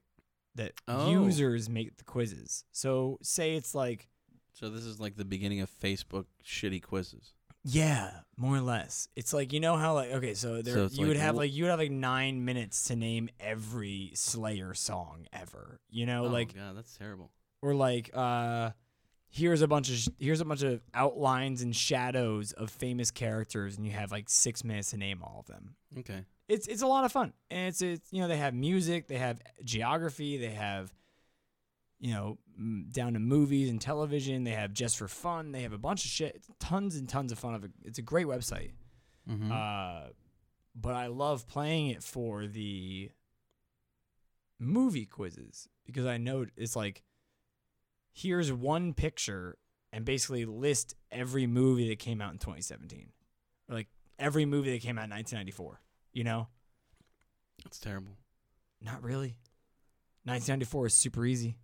A: that
B: Oh.
A: users make the quizzes. So say it's like
B: So this is like the beginning of Facebook shitty quizzes.
A: Yeah, more or less. It's like you know how like okay, so there
B: So
A: you
B: it's
A: would
B: like,
A: have
B: wh-
A: like you would have like nine minutes to name every Slayer song ever. You know, Oh, like
B: Oh, god, that's terrible.
A: or like uh here's a bunch of sh- here's a bunch of outlines and shadows of famous characters, and you have like six minutes to name all of them.
B: Okay.
A: It's it's a lot of fun, and it's it's you know they have music, they have geography, they have you know m- down to movies and television, they have just for fun, they have a bunch of shit, tons and tons of fun. Of it. It's a great website.
B: Mm-hmm.
A: Uh, but I love playing it for the movie quizzes because I know it's like here's one picture and basically list every movie that came out in 2017, or like every movie that came out in 1994. You know,
B: that's terrible.
A: not really. 1994 is super easy.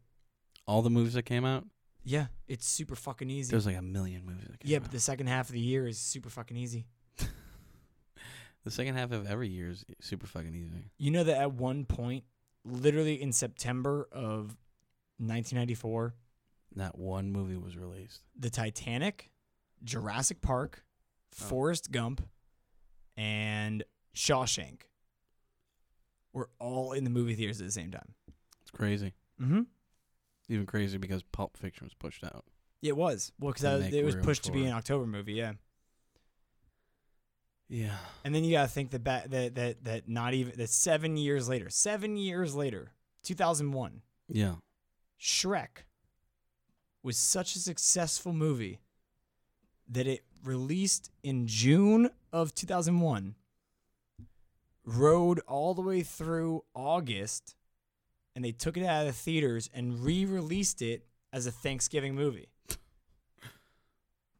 B: All the movies that came out.
A: Yeah, it's super fucking easy.
B: There's like a million movies. That came
A: yeah,
B: out.
A: but the second half of the year is super fucking easy.
B: the second half of every year is super fucking easy.
A: You know that at one point, literally in September of 1994,
B: Not one movie was released.
A: the Titanic, Jurassic Park,
B: Oh.
A: Forrest Gump, and Shawshank were all in the movie theaters at the same time.
B: It's crazy.
A: Mm-hmm.
B: Even crazy because Pulp Fiction was pushed out.
A: It was well
B: To
A: because
B: make
A: it was
B: room
A: pushed to be
B: for-
A: an October movie, yeah.
B: Yeah.
A: And then you gotta think that ba- that that that not even that seven years later, seven years later, two thousand one,
B: Yeah.
A: Shrek was such a successful movie that it released in June of 2001, rode all the way through August, and they took it out of the theaters and re released it as a Thanksgiving movie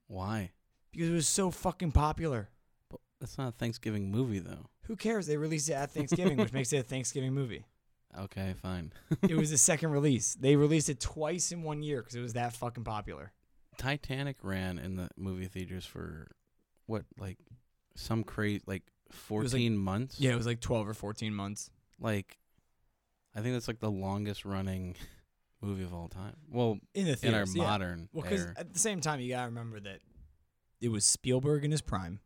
B: Why?
A: because it was so fucking popular.
B: But that's not a Thanksgiving movie though.
A: Who cares? They released it at Thanksgiving, which makes it a Thanksgiving movie.
B: Okay, fine.
A: It was the second release. They released it twice in one year because it was that fucking popular.
B: Titanic ran in the movie theaters for what, like some crazy like
A: was like-
B: fourteen months.
A: Yeah, it was like 12 or 14 months.
B: Like, I think that's like the longest running movie of all time. Well,
A: In the
B: in our
A: theaters, yeah.
B: modern
A: Well, because
B: era.
A: at the same time, you gotta remember that it was Spielberg in his prime.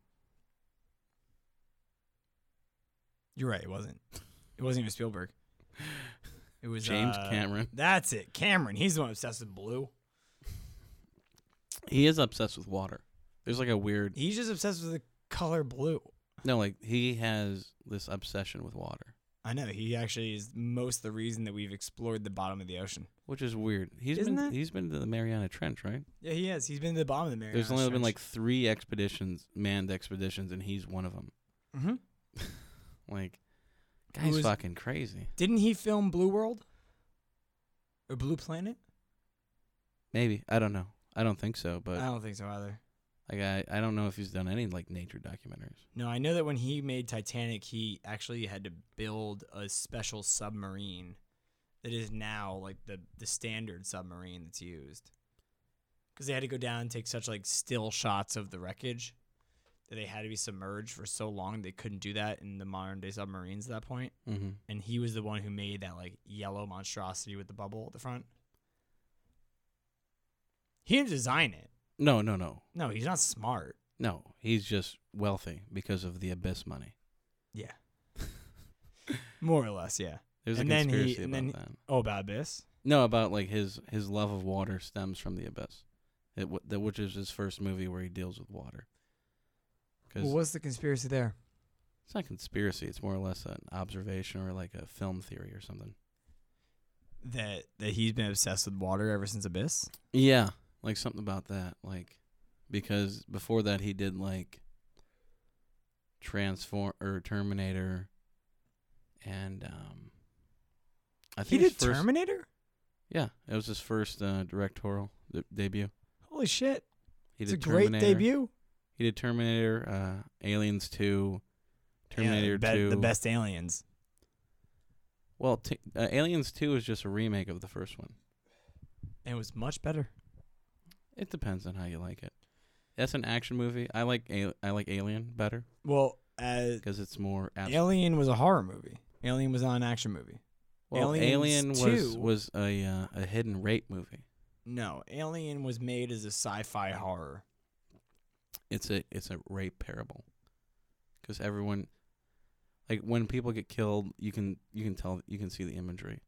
A: You're right. It wasn't. It wasn't even Spielberg. It was
B: James
A: uh,
B: Cameron.
A: That's it, Cameron. He's the one obsessed with blue.
B: He is obsessed with water. There's like a weird
A: He's just obsessed with the color blue.
B: no, like he has this obsession with water,
A: I know. He actually is most the reason that we've explored the bottom of the ocean.
B: which is weird. He's
A: Isn't
B: been
A: that-
B: he's been to the Mariana Trench, right?
A: Yeah, he is. He's been to the bottom of the Mariana.
B: There's only been like three expeditions, manned expeditions, and he's one of them.
A: hmm
B: Like, guy's
A: is-
B: fucking crazy.
A: Didn't he film Blue World or Blue Planet?
B: Maybe I don't know. I don't think so, but
A: I don't think so either.
B: like I, I don't know if he's done any like nature documentaries.
A: No, I know that when he made Titanic, he actually had to build a special submarine that is now like the the standard submarine that's used. Because they had to go down and take such like still shots of the wreckage that they had to be submerged for so long they couldn't do that in the modern day submarines at that point.
B: Mm-hmm.
A: And he was the one who made that like yellow monstrosity with the bubble at the front. He didn't design it.
B: No, no, no,
A: No, he's not smart.
B: no. He's just wealthy because of the abyss money.
A: Yeah. More or less, yeah.
B: There's
A: And
B: a
A: then he-
B: conspiracy
A: and
B: about
A: then he-
B: that.
A: Oh, about Abyss?
B: No, about like his his love of water stems from the abyss, it, w- that which is his first movie where he deals with water. Because
A: Well, what's the conspiracy there?
B: it's not conspiracy; it's more or less an observation or like a film theory or something.
A: That that he's been obsessed with water ever since Abyss.
B: Yeah, like something about that, like because before that he did like transform or Terminator, and um, I
A: He
B: think his
A: did
B: first,
A: Terminator.
B: yeah, it was his first uh, directorial de- debut.
A: Holy shit!
B: He
A: it's a
B: did
A: great
B: Terminator.
A: debut.
B: He did Terminator, uh, Aliens Two, Terminator
A: Yeah, be-
B: Two.
A: the best aliens.
B: Well, t- uh, Aliens Two is just a remake of the first one.
A: It was much better.
B: It depends on how you like it. That's an action movie. I like A- I like Alien better
A: Well, uh,
B: because it's more abs-
A: Alien was a horror movie. Alien was not an action movie.
B: well, Alien
A: Aliens
B: was
A: 2.
B: was a uh, a hidden rape movie.
A: No, Alien was made as a sci-fi horror.
B: It's a it's a rape parable because everyone like when people get killed, you can you can tell you can see the imagery.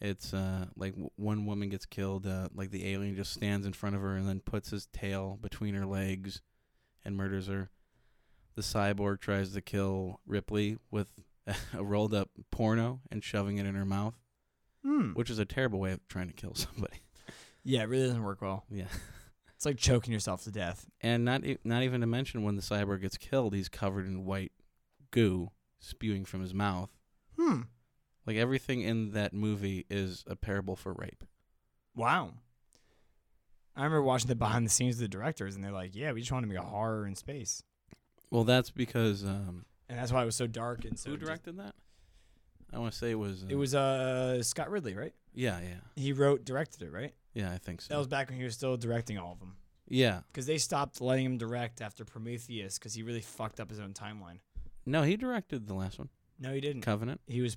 B: It's uh like w- one woman gets killed, uh, like the alien just stands in front of her and then puts his tail between her legs and murders her. The cyborg tries to kill Ripley with a rolled up porno and shoving it in her mouth,
A: Hmm.
B: which is a terrible way of trying to kill somebody.
A: Yeah, it really doesn't work well.
B: Yeah.
A: It's like choking yourself to death.
B: And not e- not even to mention when the cyborg gets killed, he's covered in white goo spewing from his mouth.
A: Hmm.
B: Like everything in that movie is a parable for rape.
A: Wow. I remember watching the behind the scenes of the directors, and they're like, "Yeah, we just want to make a horror in space,"
B: Well, that's because um,
A: and that's why it was so dark and so.
B: who
A: just-
B: directed that? I want to say it was. Uh,
A: It was uh Scott Ridley, right?
B: Yeah, yeah,
A: He wrote, directed it, right?
B: yeah. I think
A: That
B: so.
A: was back when he was still directing all of them,
B: yeah.
A: because they stopped letting him direct after Prometheus, because he really fucked up his own timeline.
B: No, he directed the last one,
A: No, he didn't.
B: Covenant.
A: He was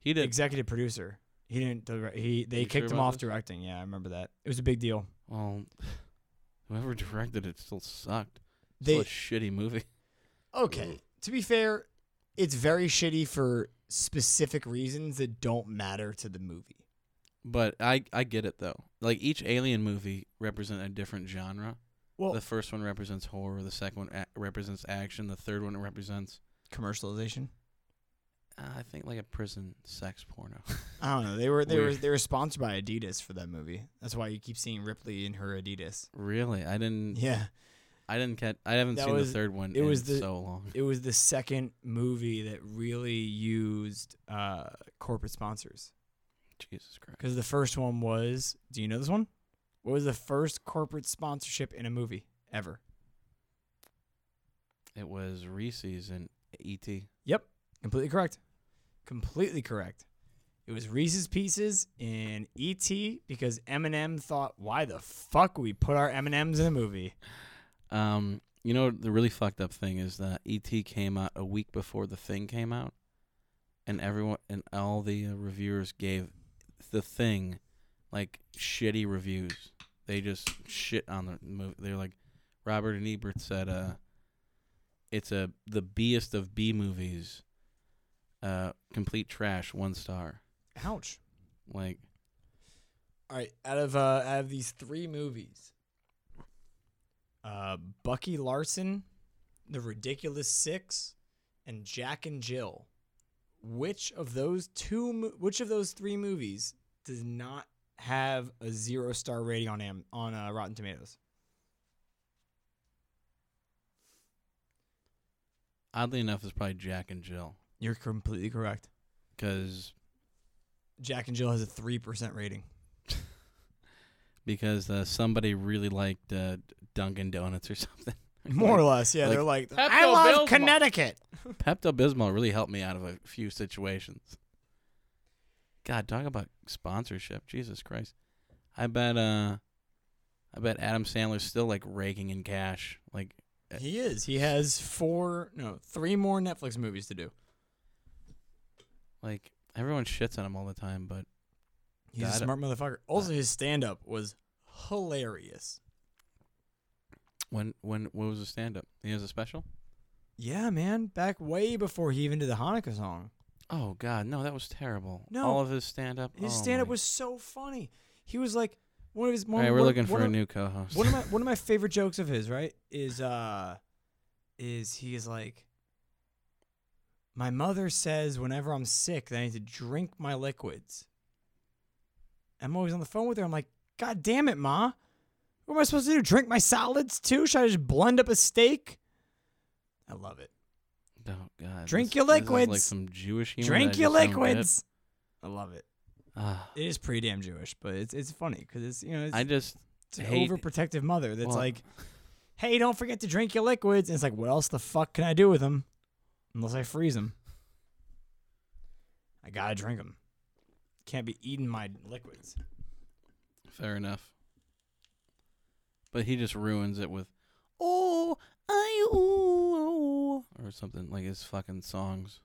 B: He did.
A: executive producer. He didn't. Direct, he they
B: You sure
A: kicked him
B: about
A: off
B: this?
A: directing. Yeah, I remember that. It was a big deal.
B: well, whoever directed it still sucked.
A: They
B: still a shitty movie.
A: okay. To be fair, it's very shitty for specific reasons that don't matter to the movie.
B: But I I get it though. Like each Alien movie represent a different genre.
A: Well,
B: the first one represents horror. The second one a- represents action. The third one represents
A: commercialization.
B: uh, I think like a prison sex porno.
A: I don't know. They were they were
B: Weird.
A: they were sponsored by Adidas for that movie. That's why you keep seeing Ripley in her Adidas.
B: really, I didn't
A: Yeah,
B: I didn't catch. I haven't
A: That
B: seen
A: was-
B: the third one.
A: it was
B: in
A: the-
B: so long.
A: it was the second movie that really used uh, corporate sponsors.
B: Jesus Christ.
A: Because the first one was, do you know this one? What was the first corporate sponsorship in a movie ever?
B: It was Reese's and E E.T.
A: Completely correct. Completely correct. It was Reese's Pieces in E.T. because Eminem thought, why the fuck would we put our M&Ms in a movie?
B: Um, you know the really fucked up thing is that E.T. came out a week before the thing came out, and everyone and all the uh, reviewers gave the thing like shitty reviews. They just shit on the movie. They're like, Robert and Ebert said, uh, it's a the Best of B movies, uh, complete trash, one star.
A: Ouch.
B: Like,
A: All right, out of uh, out of these three movies, uh, Bucky Larson, The Ridiculous Six, and Jack and Jill, which of those two, mo- which of those three movies does not have a zero star rating on Am- on uh, Rotten Tomatoes?
B: oddly enough, it's probably Jack and Jill
A: You're completely correct.
B: because
A: Jack and Jill has a three percent rating.
B: because uh, somebody really liked uh, Dunkin' Donuts or something.
A: More or less, yeah.
B: like,
A: they're like, I
B: Pepto
A: love
B: Bismol."
A: Connecticut.
B: Pepto Bismol really helped me out of a few situations. God, talk about sponsorship. Jesus Christ. I bet uh I bet Adam Sandler's still like raking in cash. Like
A: He is. He has four, no, three more Netflix movies to do.
B: like everyone shits on him all the time, but
A: He's
B: Yeah,
A: a
B: I don't-
A: smart motherfucker. Also, his stand up was hilarious.
B: when when what was the stand up? He has a special?
A: Yeah, man. Back way before he even did the Hanukkah song.
B: Oh god, no, that was terrible.
A: No.
B: All of his stand up.
A: His stand up was so funny. He was like one of his
B: All
A: one,
B: right, we're
A: one-
B: looking
A: one
B: for a
A: of-
B: new co host.
A: one of my one of my favorite jokes of his, right, is uh is he is like my mother says whenever I'm sick that I need to drink my liquids. I'm always on the phone with her. I'm like, God damn it, Ma. What am I supposed to do? Drink my solids too? Should I just blend up a steak? I love it.
B: Oh god.
A: Drink
B: this-
A: your
B: this is like
A: liquids.
B: some Jewish humor. that
A: Drink
B: I
A: your
B: just don't get.
A: liquids. I love it.
B: Ah,
A: It is pretty damn Jewish, but it's it's funny because it's you know it's,
B: I just
A: it's an
B: hate-
A: overprotective mother that's
B: well,
A: like hey, don't forget to drink your liquids. And it's like, what else the fuck can I do with them? Unless I freeze them. I gotta drink them. Can't be eating my liquids.
B: Fair enough. But he just ruins it with, oh, I, ooh, oh," or something like his fucking songs.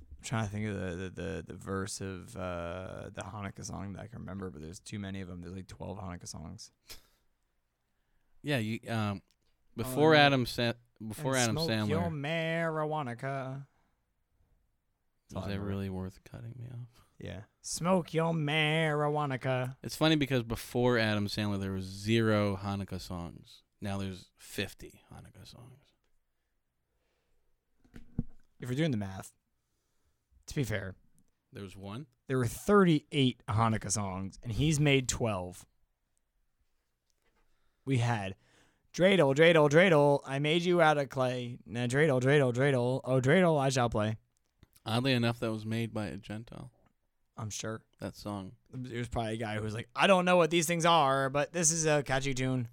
A: I'm trying to think of the the, the, the verse of uh, the Hanukkah song that I can remember, but there's too many of them. There's like 12 Hanukkah songs.
B: Yeah, you um, before
A: Oh, yeah.
B: Adam Sa- before
A: And
B: Adam
A: smoke Your
B: Sandler,
A: marijuanica. That's all
B: was
A: I
B: that
A: remember.
B: really worth cutting me off?
A: Yeah. Smoke your marijuanica.
B: It's funny because before Adam Sandler, there was zero Hanukkah songs. Now there's 50 Hanukkah songs.
A: If you're doing the math, to be fair,
B: There was one.
A: there were 38 Hanukkah songs, and he's made 12. We had Dreidel, Dreidel, Dreidel, I made you out of clay. Now Dreidel, Dreidel, Dreidel, oh Dreidel, I shall play.
B: Oddly enough, that was made by a Gentile.
A: I'm sure.
B: That song.
A: There was probably a guy who was like, I don't know what these things are, but this is a catchy tune.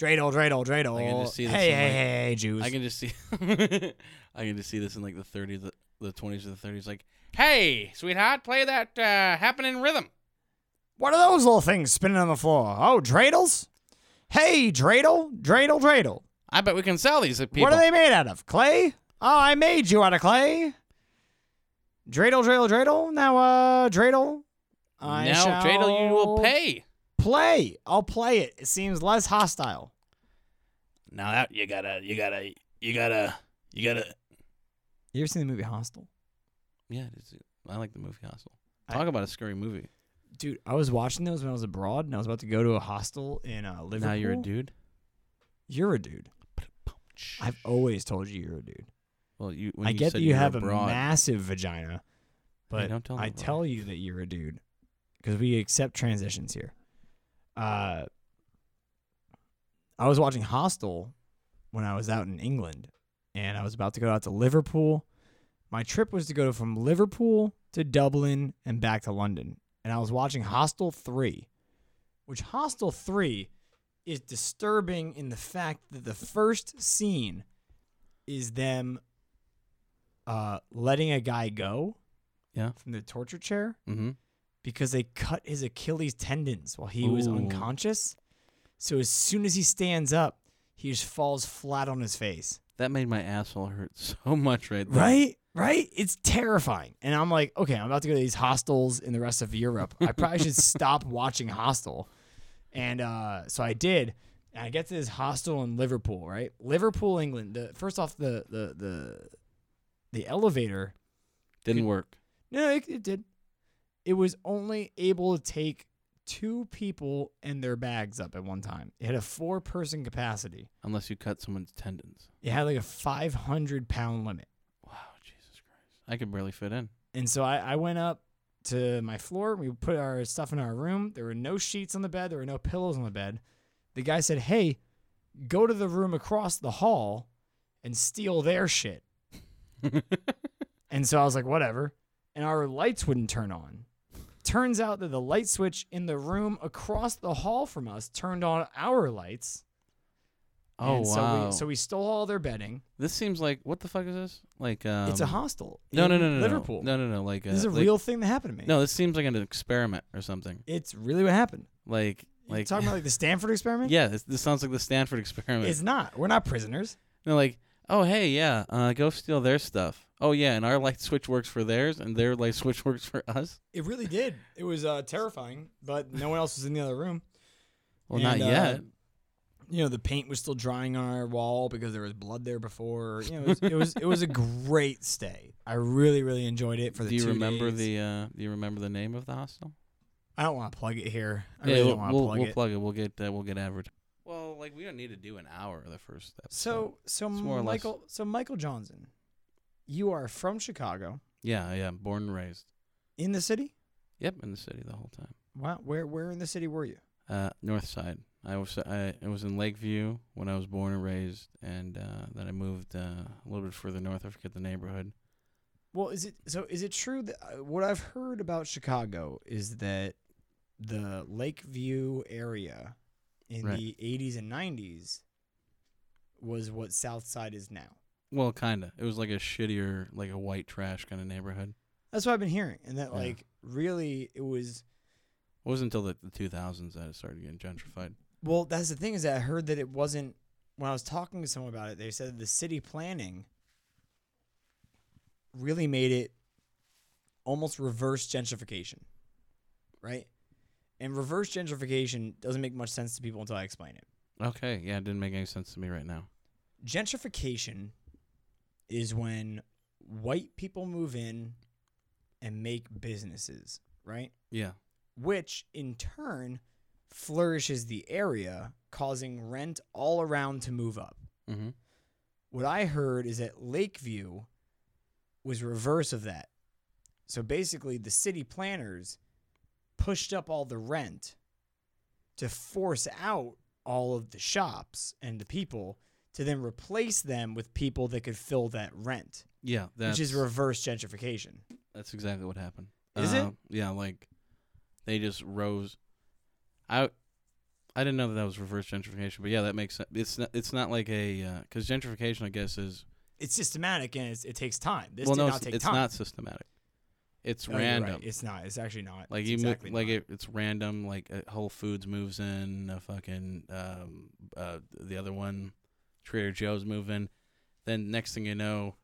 A: Dreidel, Dreidel, Dreidel.
B: I can just see this
A: hey,
B: in,
A: hey,
B: like-
A: hey, hey, Jews.
B: I can just see. I can just see this in like the 30s, the, the 20s, or the 30s. Like, hey, sweetheart, play that uh, happening rhythm.
A: What are those little things spinning on the floor? Oh, dreidels? Hey, dreidel, dreidel, dreidel.
B: I bet we can sell these to people.
A: What are they made out of? Clay? Oh, I made you out of clay. Dreidel, dreidel, dreidel. Now, uh, dreidel. I
B: now, Dreidel, you will
A: shall
B: pay.
A: Play. I'll play it. It seems less hostile.
B: Now that you gotta, you gotta, you gotta, you gotta.
A: You ever seen the movie Hostel?
B: Yeah, it is. I like the movie Hostel.
A: I-
B: Talk about a scary movie.
A: Dude, I was watching those when I was abroad, and I was about to go to a hostel in uh, Liverpool.
B: Now you're a dude.
A: You're a dude. I've always told you you're a dude.
B: Well, you. When
A: I
B: you
A: get
B: said
A: that you
B: were
A: have
B: abroad,
A: a massive vagina, but
B: don't tell them
A: I
B: about
A: tell you that you're a dude because we accept transitions here. Uh, I was watching Hostel when I was out in England, and I was about to go out to Liverpool. My trip was to go from Liverpool to Dublin and back to London, and I was watching Hostel Three, which Hostel Three is disturbing in the fact that the first scene is them uh, letting a guy go
B: Yeah.
A: from the torture chair
B: Mm-hmm.
A: because they cut his Achilles tendons while he was
B: Ooh.
A: unconscious. So as soon as he stands up, he just falls flat on his face.
B: That made my asshole hurt so much right there.
A: Right? Right? It's terrifying. And I'm like, okay, I'm about to go to these hostels in the rest of Europe. I probably should stop watching Hostel. And uh, so I did. And I get to this hostel in Liverpool, right? Liverpool, England. The first off the the the the elevator
B: Didn't work.
A: No, it, it did. It was only able to take two people and their bags up at one time. It had a four person capacity.
B: Unless you cut someone's tendons.
A: It had like a 500 pound limit.
B: Wow, Jesus Christ. I could barely fit in.
A: And so I, I went up to my floor. We put our stuff in our room. There were no sheets on the bed. There were no pillows on the bed. The guy said, Hey, go to the room across the hall and steal their shit. and so I was like, Whatever. And our lights wouldn't turn on. Turns out that the light switch in the room across the hall from us turned on our lights.
B: Oh,
A: and So
B: wow.
A: we, so we stole all their bedding.
B: this seems like, what the fuck is this? Like, um,
A: it's a hostel.
B: No, no,
A: in
B: no, no. no.
A: Liverpool.
B: No, no, no. Like, uh,
A: This is a
B: like-
A: real thing that happened to me.
B: No, this seems like an experiment or something.
A: It's really what happened.
B: Like,
A: Like,
B: like.
A: talking about like the Stanford experiment?
B: yeah, this, this sounds like the Stanford experiment.
A: It's not. We're not prisoners.
B: They're like, oh, hey, yeah, uh, go steal their stuff. Oh, yeah, and our light switch works for theirs, and their light switch works for us?
A: It really did. It was uh, terrifying, but no one else was in the other room.
B: Well, not
A: And, uh,
B: yet.
A: You know, the paint was still drying on our wall because there was blood there before. You know, it was it was, it was a great stay. I really really enjoyed it for the.
B: Do you
A: two
B: remember
A: days.
B: the uh, Do you remember the name of the hostel?
A: I don't want to plug it here. I really
B: we'll,
A: don't want to
B: we'll,
A: plug
B: we'll
A: it.
B: plug it. We'll get uh, we'll get advertised. Well, like we don't need to do an hour of the first episode.
A: so so
B: It's more or less-
A: Michael so Michael Johnson, you are from Chicago,
B: yeah, yeah, born and raised.
A: in the city.
B: Yep, in the city the whole time.
A: Wow, where where in the city were you?
B: Uh, north side. I was I, I was in Lakeview when I was born and raised, and uh, then I moved uh, a little bit further north. I forget the neighborhood.
A: Well, is it so? Is it true that uh, what I've heard about Chicago is that the Lakeview area in
B: Right.
A: the '80s and '90s was what South Side is now?
B: Well, kinda. It was like a shittier, like a white trash kind of neighborhood.
A: That's what I've been hearing, and that
B: Yeah.
A: like really it was.
B: It wasn't until the, the 2000s that it started getting gentrified.
A: Well, that's the thing is that I heard that it wasn't. When I was talking to someone about it, they said the city planning really made it almost reverse gentrification, right? And reverse gentrification doesn't make much sense to people until I explain it.
B: Okay, yeah, it didn't make any sense to me right now.
A: Gentrification is when white people move in and make businesses, right?
B: Yeah.
A: which in turn flourishes the area, causing rent all around to move up.
B: Mm-hmm.
A: What I heard is that Lakeview was reverse of that. So basically, the city planners pushed up all the rent to force out all of the shops and the people to then replace them with people that could fill that rent,
B: Yeah, that's
A: which is reverse gentrification.
B: that's exactly what happened. Um,
A: Is it?
B: Yeah, like they just rose. I I didn't know that that was reverse gentrification, but yeah, that makes sense. It's not it's not like a because gentrification, I guess, is
A: It's systematic and it's, it takes time. This
B: well,
A: did
B: no,
A: not
B: it's,
A: take
B: it's
A: time.
B: not systematic. It's
A: No, you're right.
B: random.
A: It's not. It's actually not.
B: Like
A: It's
B: you, mo-
A: exactly
B: like
A: not.
B: it, it's random. Like uh, Whole Foods moves in, a fucking um, uh, the other one, Trader Joe's moving. Then next thing you know,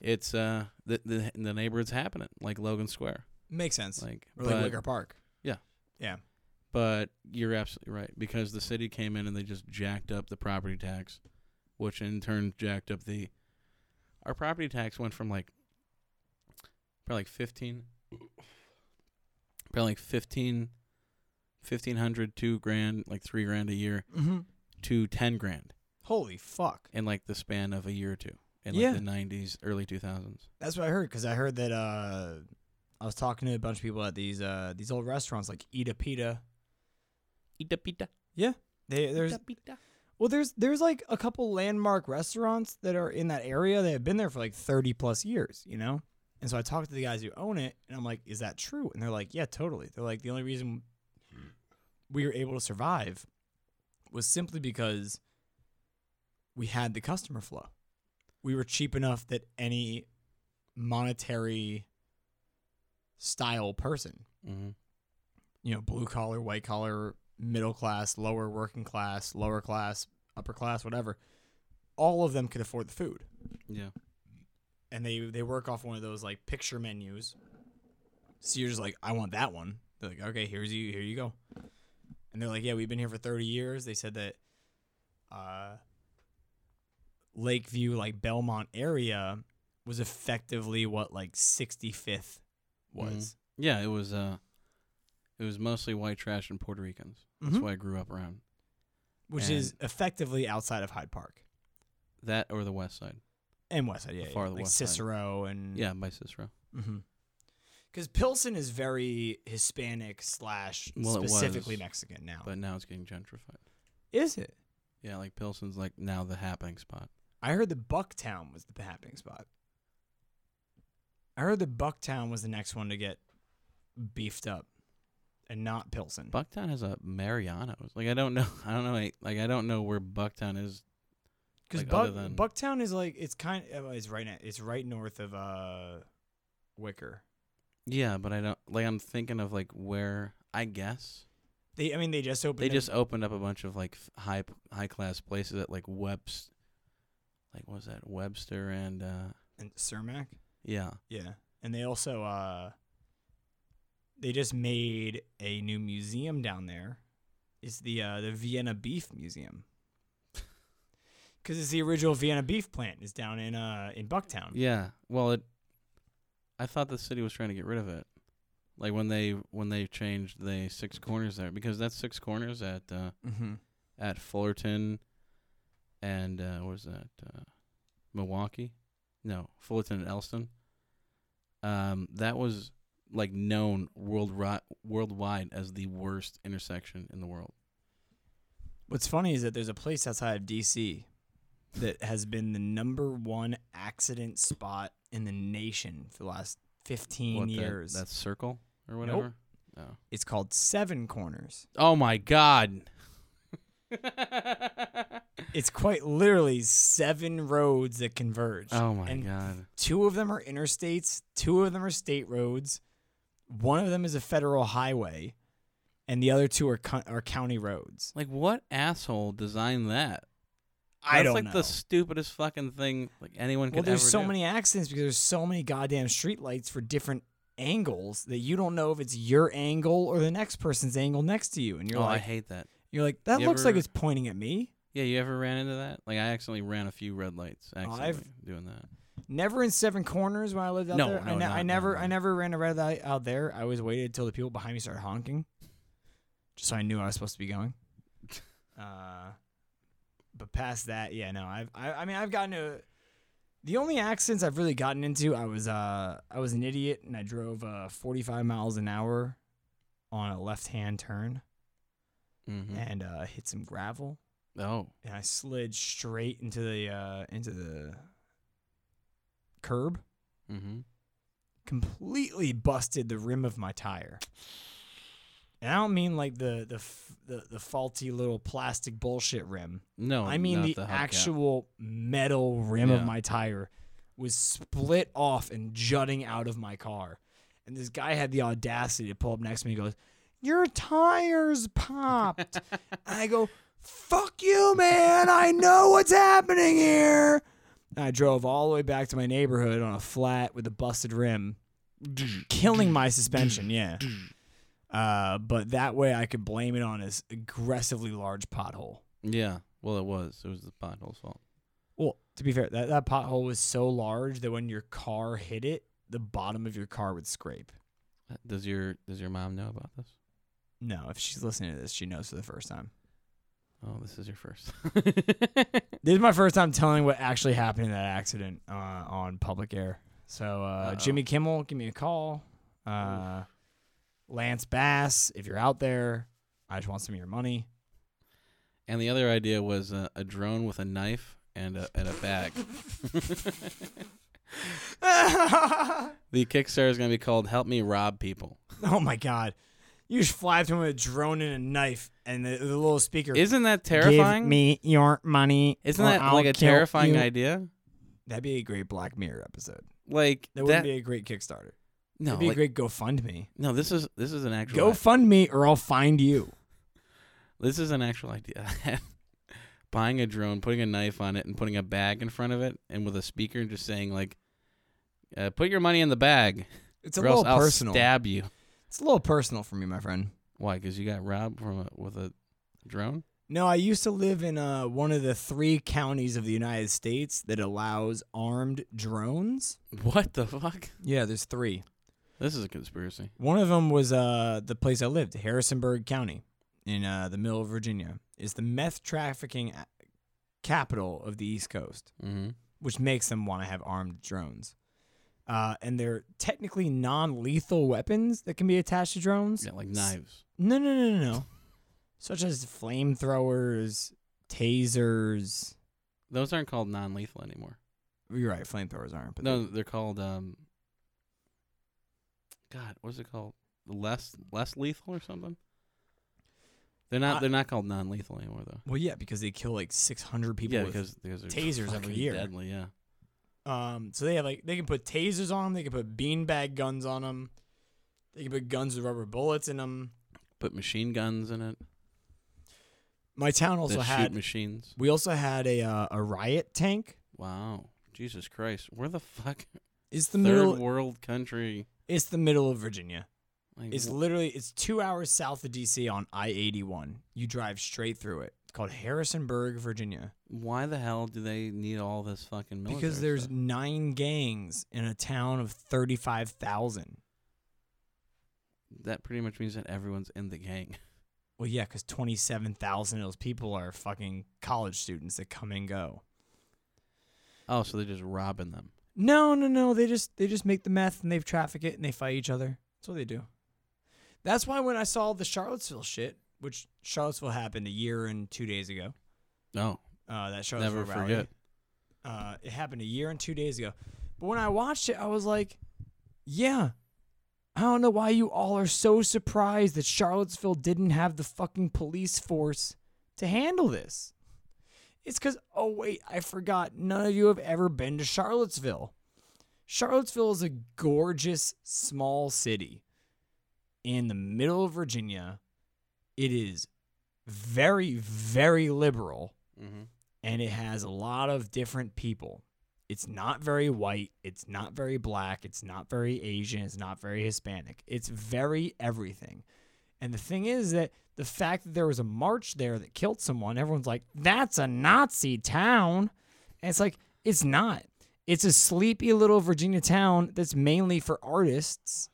B: it's uh the the, the neighborhood's happening, like Logan Square,
A: makes sense.
B: like
A: or like
B: but,
A: Wicker Park.
B: but you're absolutely right because the city came in and they just jacked up the property tax, which in turn jacked up the our property tax went from like probably like 15 probably like 15 1500 2 grand like 3 grand a year
A: Mm-hmm.
B: to 10 grand
A: Holy fuck!
B: in like the span of a year or two in
A: Yeah.
B: like the 90s early 2000s
A: That's what I heard because I heard that uh, I was talking to a bunch of people at these uh, these old restaurants like Ida Pita.
B: Ita pita,
A: They, there's
B: ita pita.
A: well, there's there's like a couple landmark restaurants that are in that area that have been there for like thirty plus years, you know. And so I talked to the guys who own it, and I'm like, "Is that true?" And they're like, "Yeah, totally." They're like, "The only reason we were able to survive was simply because we had the customer flow. We were cheap enough that any monetary style person,
B: Mhm.
A: you know, blue collar, white collar, middle class, lower working class, lower class, upper class, whatever, all of them could afford the food.
B: yeah
A: And they they work off one of those like picture menus. So you're just like, I want that one. They're like, okay, here's you, here you go. And they're like, yeah, we've been here for 30 years. They said that uh, Lakeview, like Belmont area, was effectively what like 65th was.
B: yeah it was uh it was mostly white trash and puerto ricans that's
A: Mhm.
B: what i grew up around
A: Which is effectively outside of Hyde Park.
B: that or the west side
A: And West Side, yeah, yeah,
B: farther
A: like
B: west side.
A: Cicero and
B: yeah by cicero
A: because Pilsen is very Hispanic slash
B: Well, it
A: specifically
B: was,
A: Mexican now.
B: but now it's getting gentrified
A: is it?
B: yeah like pilsen's like now the happening spot
A: I heard the Bucktown was the happening spot. I heard the Bucktown was the next one to get beefed up, and not Pilsen.
B: bucktown has a mariano's like i don't know i don't know like, like i don't know where bucktown is
A: Because
B: like,
A: Buck,
B: other than-
A: Bucktown is like it's kind of it's right na- it's right north of uh, Wicker.
B: yeah but i don't like i'm thinking of like where i guess
A: They I mean they just opened
B: they
A: it-
B: just opened up a bunch of like f- high p- high class places at like webs like what was that webster and uh
A: and Cermak.
B: yeah
A: Yeah. And they also uh they just made a new museum down there. It's the uh the Vienna Beef Museum. Cuz it's the original Vienna beef plant is down in uh in Bucktown.
B: Yeah. Well, it. I thought the city was trying to get rid of it, like when they when they changed the six corners there because that's six corners at uh,
A: Mhm.
B: at Fullerton, and uh, what was that uh, Milwaukee? No, Fullerton and Elston. Um, that was like known worldwide worldwide as the worst intersection in the world.
A: What's funny is that there's a place outside of DC that has been the number 1 accident spot in the nation for the last 15
B: What, that-
A: years.
B: that, circle or whatever. Oh.
A: it's called Seven Corners.
B: Oh my God.
A: it's quite literally seven roads that converge.
B: Oh my
A: and
B: god.
A: Two of them are interstates, two of them are state roads, one of them is a federal highway, and the other two are co- are county roads.
B: Like what asshole designed that?
A: I
B: That's
A: don't
B: like
A: know.
B: the stupidest fucking thing like anyone could
A: well, there's
B: ever
A: so
B: do.
A: many accidents because there's so many goddamn streetlights for different angles that you don't know if it's your angle or the next person's angle next to you, and you're
B: oh, I
A: like,
B: hate that.
A: you're like, that
B: You
A: looks like
B: ever-
A: it's pointing at me.
B: Yeah, you ever ran into that? Like I accidentally ran a few red lights accidentally doing that.
A: Never in Seven Corners when I lived out
B: No,
A: there. I,
B: no,
A: ne-
B: no,
A: I
B: no,
A: never,
B: no.
A: I never ran a red light out there. I always waited until the people behind me started honking, just so I knew I was supposed to be going. Uh, but past that, yeah, no. I've, I, I mean, I've gotten to the only accidents I've really gotten into. I was, uh, I was an idiot and I drove uh 45 miles an hour on a left-hand turn
B: Mm-hmm.
A: and uh, hit some gravel
B: Oh,
A: and I slid straight into the uh into the curb.
B: mm-hmm.
A: completely busted the rim of my tire. And I don't mean like the the f- the, the faulty little plastic bullshit rim.
B: No,
A: I mean
B: not
A: the,
B: hubcap.
A: actual metal rim
B: Yeah.
A: of my tire was split off and jutting out of my car. And this guy had the audacity to pull up next to me and goes, "Your tires popped." and I go, "Fuck you, man. I know what's happening here." And I drove all the way back to my neighborhood on a flat with a busted rim, killing my suspension, yeah. Uh, but that way I could blame it on this aggressively large pothole.
B: Yeah. Well, it was. It was the pothole's fault.
A: Well, to be fair, that, that pothole was so large that when your car hit it, the bottom of your car would scrape.
B: Uh, Does your Does your mom know about this?
A: No, if she's listening to this, she knows for the first time.
B: Oh, this is your first.
A: This is my first time telling what actually happened in that accident uh, on public air. So uh,
B: Uh-oh.
A: Jimmy Kimmel, give me a call. Uh, Lance Bass, if you're out there, I just want some of your money.
B: and the other idea was uh, a drone with a knife and a and a bag.
A: oh
B: The Kickstarter is going to be called "Help Me Rob People."
A: my God. You just fly up to him with a drone and a knife and the, the little speaker.
B: Isn't that terrifying?
A: Give me your money.
B: Isn't
A: or
B: that
A: I'll
B: like a
A: kill
B: terrifying
A: you.
B: idea?
A: That'd be a great Black Mirror episode.
B: Like
A: That
B: that?
A: wouldn't be a great Kickstarter.
B: no,
A: It'd be a
B: like-
A: great GoFundMe.
B: no. This is this is an actual. i-
A: GoFundMe or I'll find you.
B: this is an actual idea. Buying a drone, putting a knife on it, and putting a bag in front of it, and with a speaker, and just saying like, uh, "Put your money in the bag,
A: It's a
B: or else
A: little
B: I'll
A: personal.
B: stab you."
A: It's a little personal for me, my friend.
B: Why? Because you got robbed from a, with a drone.
A: No, I used to live in uh, one of the three counties of the United States that allows armed drones.
B: What the fuck?
A: Yeah, there's three.
B: This is a conspiracy.
A: One of them was uh, the place I lived, Harrisonburg County, in uh, the middle of Virginia. It's the meth trafficking a- capital of the East Coast.
B: Mm-hmm.
A: which makes them want to have armed drones. Uh, and they're technically non-lethal weapons that can be attached to drones.
B: Yeah, like knives.
A: No, no, no, no, no. Such as flamethrowers, tasers.
B: Those aren't called non-lethal anymore.
A: You're right, flamethrowers aren't. But
B: no, they're called um. God, what's it called? Less less lethal or something? They're not.
A: I-
B: they're not called non-lethal anymore though.
A: Well, yeah, because they kill like 600 people.
B: yeah,
A: with-
B: because because they're
A: tasers every
B: fucking
A: year.
B: Deadly, yeah.
A: um, so they have like they can put tasers on them. They can put beanbag guns on them. They can put guns with rubber bullets in them.
B: Put machine guns in it.
A: My town also
B: that
A: had.
B: shoot machines.
A: we also had a uh, a riot tank.
B: Wow, Jesus Christ, where the fuck?
A: It's the
B: Third
A: middle.
B: world country.
A: It's the middle of Virginia.
B: Like,
A: It's
B: wh-
A: literally it's two hours south of DC on I eighty one. You drive straight through it. It's called Harrisonburg, Virginia,
B: why the hell do they need all this fucking military?
A: because there's
B: stuff?
A: nine gangs in a town of thirty five thousand.
B: that pretty much means that everyone's in the gang.
A: Well, yeah, because twenty seven thousand of those people are fucking college students that come and go.
B: Oh, so they're just robbing them.
A: No, no, no. They just they just make the meth and they traffic it and they fight each other. That's what they do. That's why when I saw the Charlottesville shit, which Charlottesville happened a year and two days ago,
B: No,
A: uh, that Charlottesville
B: never
A: rally.
B: forget.
A: uh, it happened a year and two days ago. But when I watched it, I was like, yeah, I don't know why you all are so surprised that Charlottesville didn't have the fucking police force to handle this. It's because, oh, wait, I forgot. None of you have ever been to Charlottesville. Charlottesville is a gorgeous small city in the middle of Virginia. It is very, very liberal
B: Mm-hmm.
A: and it has a lot of different people. It's not very white. It's not very black. It's not very Asian. It's not very Hispanic. It's very everything. And the thing is that the fact that there was a march there that killed someone, everyone's like, that's a Nazi town. And it's like, it's not. It's a sleepy little Virginia town that's mainly for artists.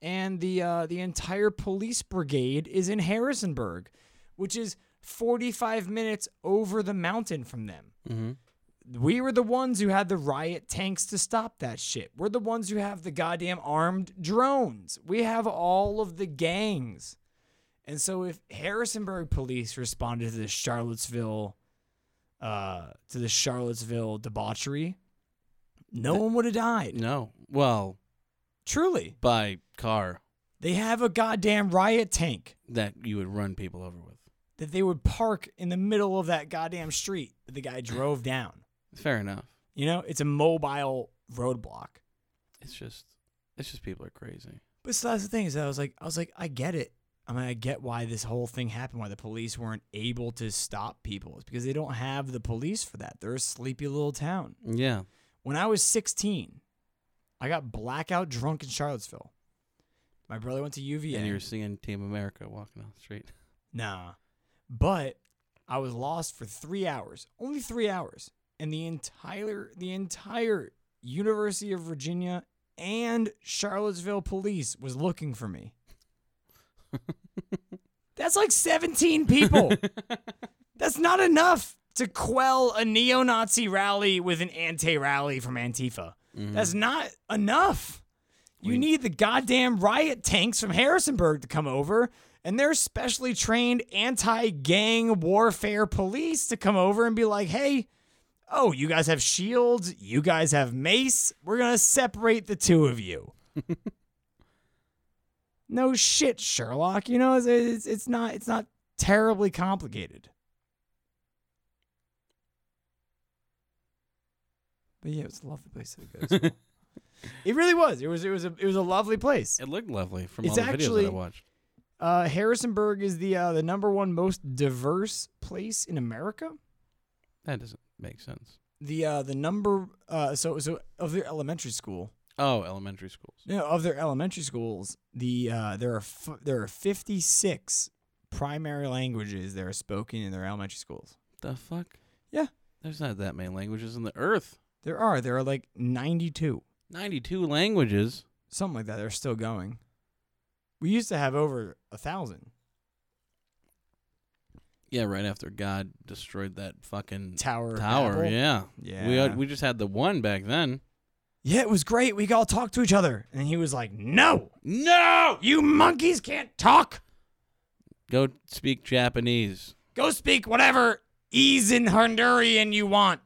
A: And the uh, the entire police brigade is in Harrisonburg, which is 45 minutes over the mountain from them.
B: Mm-hmm.
A: We were the ones who had the riot tanks to stop that shit. We're the ones who have the goddamn armed drones. We have all of the gangs. And so if Harrisonburg police responded to the Charlottesville uh to the Charlottesville debauchery, no one would have died.
B: No, well,
A: Truly.
B: by car
A: They have a goddamn riot tank.
B: that you would run people over with.
A: that they would park in the middle of that goddamn street that the guy drove down.
B: Fair enough.
A: You know, it's a mobile roadblock.
B: It's just, it's just people are crazy.
A: But so that's the thing is that I was like, I was like, I get it. I mean, I get why this whole thing happened, why the police weren't able to stop people. It's because they don't have the police for that. They're a sleepy little town.
B: Yeah.
A: When I was 16, I got blackout drunk in Charlottesville. My brother went to UVA.
B: And you're seeing Team America walking down the street.
A: Nah. But I was lost for three hours. Only three hours. And the entire the entire University of Virginia and Charlottesville police was looking for me. That's like 17 people. That's not enough to quell a neo-Nazi rally with an anti-rally from Antifa. That's not enough. You
B: We-
A: need the goddamn riot tanks from Harrisonburg to come over, and their specially trained anti gang warfare police to come over and be like, hey, oh, you guys have shields, you guys have mace, we're gonna separate the two of you. no shit, Sherlock. You know, it's, it's, it's not it's not terribly complicated. But yeah, it was a lovely place to go. as well. it really was. It was it was a it was a lovely place.
B: It looked lovely from
A: It's
B: all the videos that
A: actually-
B: I watched.
A: Uh, Harrisonburg is the uh, the number one most diverse place in America.
B: That doesn't make sense.
A: The uh, the number uh, so so of their elementary school.
B: Oh, elementary schools.
A: No, of their elementary schools, the uh, there are f- there are 56 primary languages that are spoken in their elementary schools.
B: The fuck?
A: Yeah.
B: There's not that many languages in the earth.
A: There are there are like 92,
B: 92 languages.
A: something like that. They're still going. We used to have over a thousand.
B: Yeah, right after God destroyed that fucking
A: Tower. of
B: tower.
A: Babel.
B: Yeah.
A: Yeah.
B: We had- we just had the one back then.
A: yeah, it was great. We could all talk to each other, and he was like, "No,
B: No!
A: you monkeys can't talk.
B: Go speak Japanese.
A: Go speak whatever ease in Honduran you want."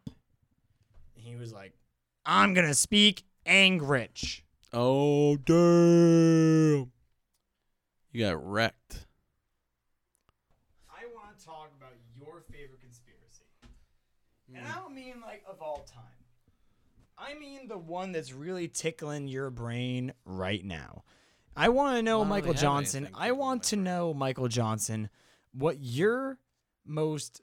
A: And he was like, "I'm gonna speak Angrich."
B: Oh, damn. You got wrecked.
A: I want to talk about your favorite conspiracy. And
B: Hmm.
A: I don't mean like of all time. I mean the one that's really tickling your brain right now. I want to know
B: Why don't
A: Michael
B: we have
A: Johnson.
B: anything
A: I
B: tickling
A: want
B: my
A: to know Michael Johnson what your most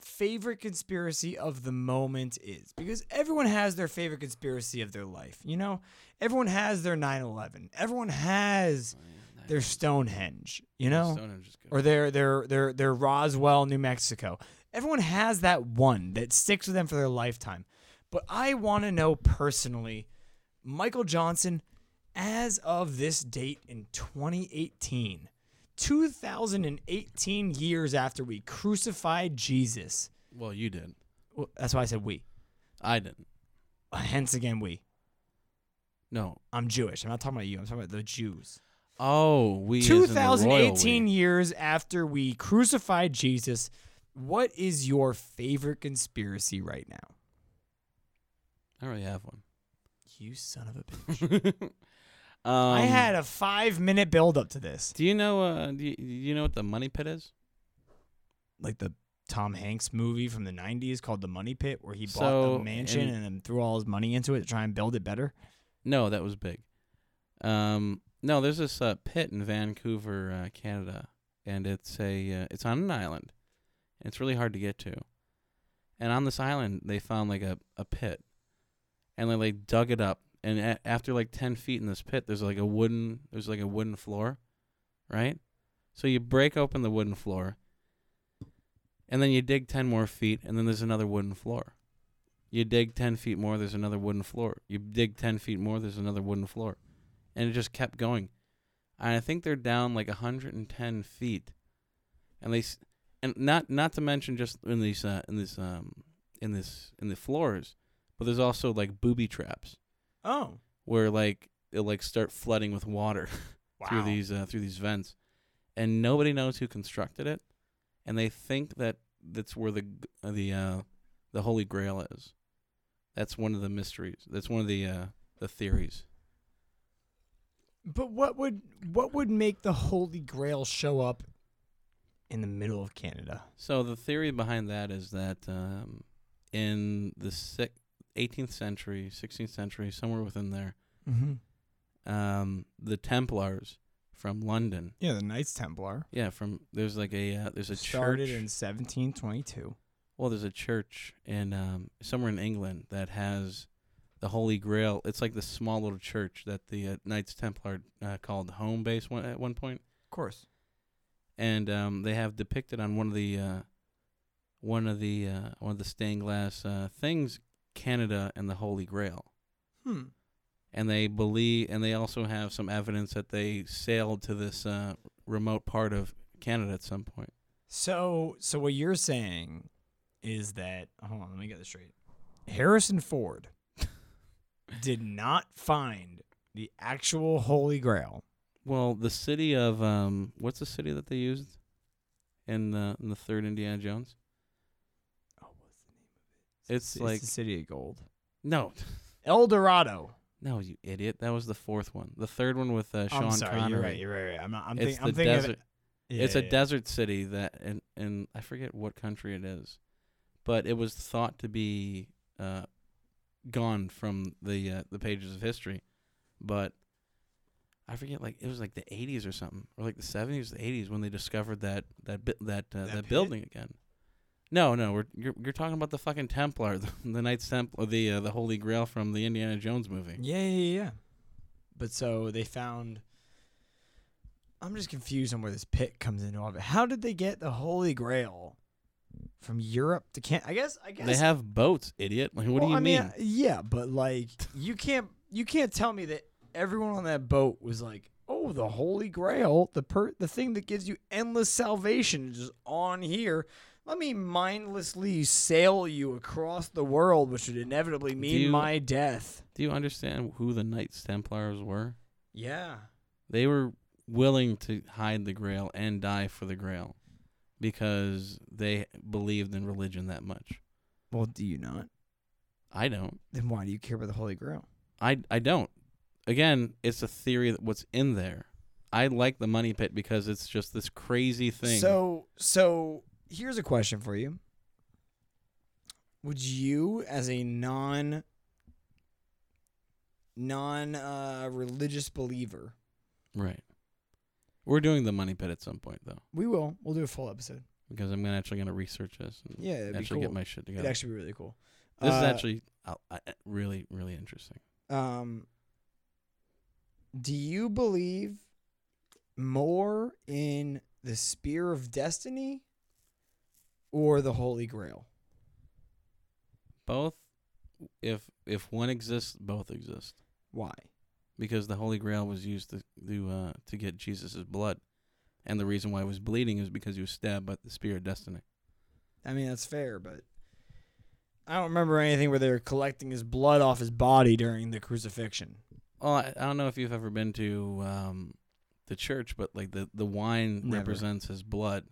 A: favorite conspiracy of the moment is because everyone has their favorite conspiracy of their life. You know, everyone has their 9/11. Everyone has their Stonehenge, you know?
B: Stonehenge is good.
A: or they're they're they're they're Roswell, New Mexico. Everyone has that one that sticks with them for their lifetime. But I want to know personally, Michael Johnson, as of this date in 2018, 2018 years after we crucified Jesus.
B: well, you did.
A: Well, that's why I said we.
B: I didn't.
A: Hence again, we.
B: No.
A: I'm Jewish. I'm not talking about you. I'm talking about the Jews.
B: Oh, we. as in the royal
A: 2018
B: we.
A: years after we crucified Jesus, what is your favorite conspiracy right now?
B: I already have one.
A: You son of a bitch.
B: um,
A: I had a five minute build up to this.
B: Do you know? Uh, do you, do you know what the money pit is?
A: Like the Tom Hanks movie from the 90s called The Money Pit where he bought
B: So,
A: a mansion
B: and-
A: and, then threw all his money into it to try and build it better?
B: No, that was big. Um, no, there's this uh, pit in Vancouver, uh, Canada, and it's a uh, it's on an island. And it's really hard to get to, and on this island they found like a, a pit, and then they dug it up. And a- after like ten feet in this pit, there's like a wooden there's like a wooden floor, right? So you break open the wooden floor, and then you dig ten more feet, and then there's another wooden floor. You dig 10 feet more, there's another wooden floor. You dig 10 feet more, there's another wooden floor. And it just kept going. And I think they're down like 110 feet. And they s- and not not to mention just in these uh, in this um in this in the floors, but there's also like booby traps
A: Oh,
B: where like it'll like start flooding with water
A: wow.
B: through these uh, through these vents, and nobody knows who constructed it, and they think that that's where the g- uh, the uh, the Holy Grail is. That's one of the mysteries. That's one of the uh, the theories.
A: But what would what would make the Holy Grail show up in the middle of Canada?
B: So the theory behind that is that um, in the si- 18th century, 16th century, somewhere within there,
A: Mm-hmm.
B: um, the Templars from London.
A: Yeah, the Knights Templar
B: Yeah, from there's like a uh, there's a
A: started
B: church.
A: in 1722.
B: Well, there's a church in um, somewhere in England that has the Holy Grail. It's like the small little church that the uh, Knights Templar uh, called home base one, at one point,
A: Of course.
B: and um, they have depicted on one of the uh, one of the uh, one of the stained glass uh, things Canada and the Holy Grail.
A: Hmm.
B: And they believe, and they also have some evidence that they sailed to this uh, remote part of Canada at some point.
A: So, so what you're saying is that hold on, let me get this straight. Harrison Ford did not find the actual Holy Grail.
B: Well, the city of um, what's the city that they used in the in the third Indiana Jones?
A: Oh, what's the name of
B: it?
A: it?
B: It's like-
A: the City of Gold,
B: No,
A: El Dorado.
B: no, you idiot! That was the fourth one. The third one with uh, Sean
A: I'm sorry,
B: Connery.
A: you're right. You're right. you're right. I'm not. I'm,
B: it's
A: think, I'm
B: the
A: thinking. of
B: desert.
A: it- Yeah,
B: it's a
A: yeah, yeah.
B: desert city that, and and I forget what country it is, but it was thought to be uh, gone from the uh, the pages of history, but I forget like it was like the 80s or something, or like the 70s, the 80s when they discovered that that bi- that uh, that,
A: That pit?
B: building again. No, no, we're you're, you're talking about the fucking Templar, the, the Knights Templar, the uh, the Holy Grail from the Indiana Jones movie.
A: Yeah, yeah, yeah. But so they found. I'm just confused on where this pit comes into all of it. How did they get the Holy Grail from Europe to Can? I guess. I guess
B: They have boats, idiot. Like, what do
A: Well,
B: you
A: I
B: mean?
A: mean? uh, Yeah, but like you can't you can't tell me that everyone on that boat was like, "Oh, the Holy Grail, the per- the thing that gives you endless salvation, is just on here." Let me mindlessly sail you across the world, which would inevitably mean
B: you-
A: my death.
B: do you understand who the Knights Templars were?
A: Yeah.
B: they were willing to hide the grail and die for the grail because they believed in religion that much
A: Well, do you not?
B: i don't
A: Then why do you care about the Holy Grail?
B: i i don't again it's a theory that what's in there i like the money pit because it's just this crazy thing
A: So, so here's a question for you. Would you, as a non non uh, religious believer,
B: right we're doing the money pit at some point though
A: we will we'll do a full episode.
B: because i'm gonna actually gonna research this and
A: Yeah, it'd be
B: actually
A: cool.
B: get my shit
A: It'd
B: together
A: actually be really cool.
B: this is
A: Uh,
B: actually uh, uh, really really interesting
A: Um, do you believe more in the spear of destiny or the Holy Grail?
B: both if if one exists both exist
A: Why?
B: because the Holy Grail was used to to, uh, to get Jesus' blood, and the reason why he was bleeding is because he was stabbed by the spear of destiny.
A: I mean, that's fair, but I don't remember anything where they were collecting his blood off his body during the crucifixion.
B: Well, I, I don't know if you've ever been to um, the church, but like the the wine
A: Never.
B: represents his blood,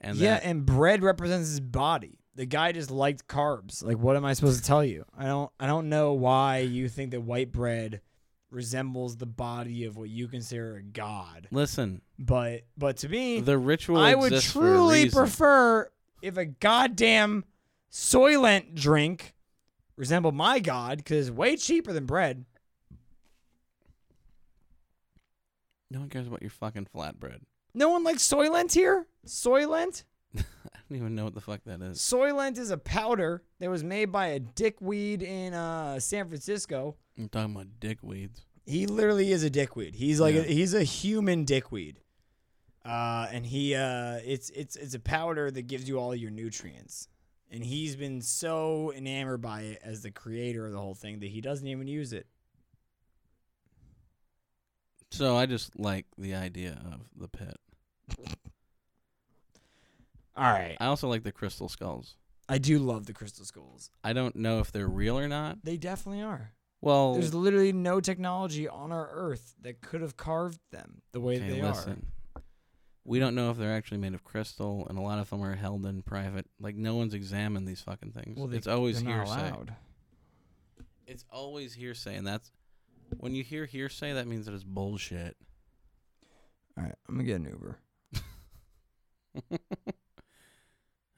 B: and
A: yeah,
B: that,
A: and bread represents his body. The guy just liked carbs. Like, what am I supposed to tell you? I don't. I don't know why you think that white bread resembles the body of what you consider a god.
B: Listen,
A: But but to me,
B: the ritual.
A: I would
B: exists for a
A: truly
B: reason.
A: prefer if a goddamn Soylent drink resembled my god because it's way cheaper than bread.
B: No one cares about your fucking flatbread.
A: No one likes Soylent here. Soylent.
B: I don't even know what the fuck that is.
A: Soylent is a powder that was made by a dickweed in uh, San Francisco.
B: I'm talking about dickweeds.
A: He literally is a dickweed. He's like
B: Yeah.
A: a, he's a human dickweed. Uh, and he uh, it's it's it's a powder that gives you all your nutrients. And he's been so enamored by it as the creator of the whole thing that he doesn't even use it.
B: So I just like the idea of the pit.
A: All right,
B: I also like the crystal skulls.
A: I do love the crystal skulls.
B: I don't know if they're real or not.
A: They definitely are.
B: Well,
A: There's literally no technology on our Earth that could have carved them the way
B: okay,
A: they
B: listen. We don't know if they're actually made of crystal, and a lot of them are held in private. Like no one's examined these fucking things.
A: are. Well, they,
B: it's always
A: they're not
B: hearsay.
A: allowed.
B: It's always hearsay, and that's when you hear hearsay, that means that it's bullshit.
A: All right, I'm gonna get an Uber.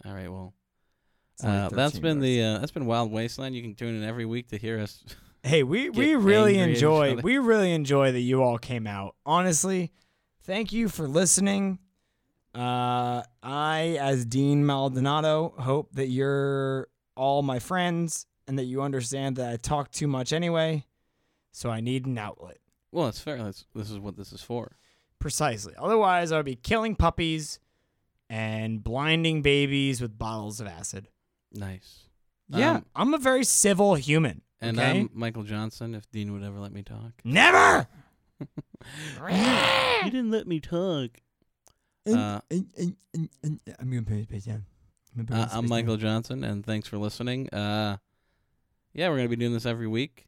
B: All right, well,
A: It's only
B: uh, that's
A: 13
B: been
A: bucks.
B: the uh, that's been Wild Wasteland. You can tune in every week to hear us.
A: Hey, we we
B: uh, get
A: really
B: angry at each
A: enjoy
B: other.
A: we really enjoy that you all came out. Honestly, thank you for listening. Uh, I, as Dean Maldonado, hope that you're all my friends and that you understand that I talk too much anyway, so I need an outlet.
B: Well, it's fair. That's this is what this is for.
A: Precisely. Otherwise, I would be killing puppies and blinding babies with bottles of acid.
B: Nice.
A: Yeah,
B: Um,
A: I'm a very civil human.
B: And
A: okay?
B: I'm Michael Johnson. If Dean would ever let me talk,
A: never.
B: Uh, he didn't let me talk. Uh,
A: I'm gonna put it down.
B: Uh, I'm Michael Johnson, and thanks for listening. Uh, yeah, we're gonna be doing this every week,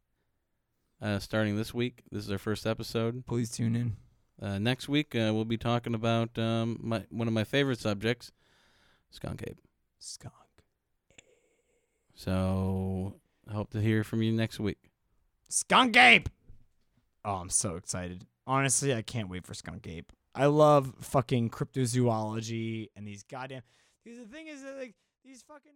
B: uh, starting this week. This is our first episode.
A: Please tune in.
B: Uh, next week, uh, we'll be talking about um, my one of my favorite subjects, skunk ape.
A: Skunk.
B: So, I hope to hear from you next week.
A: Skunk Ape. Oh, I'm so excited. Honestly, I can't wait for Skunk Ape. I love fucking cryptozoology and these goddamn. Because the thing is that like these fucking.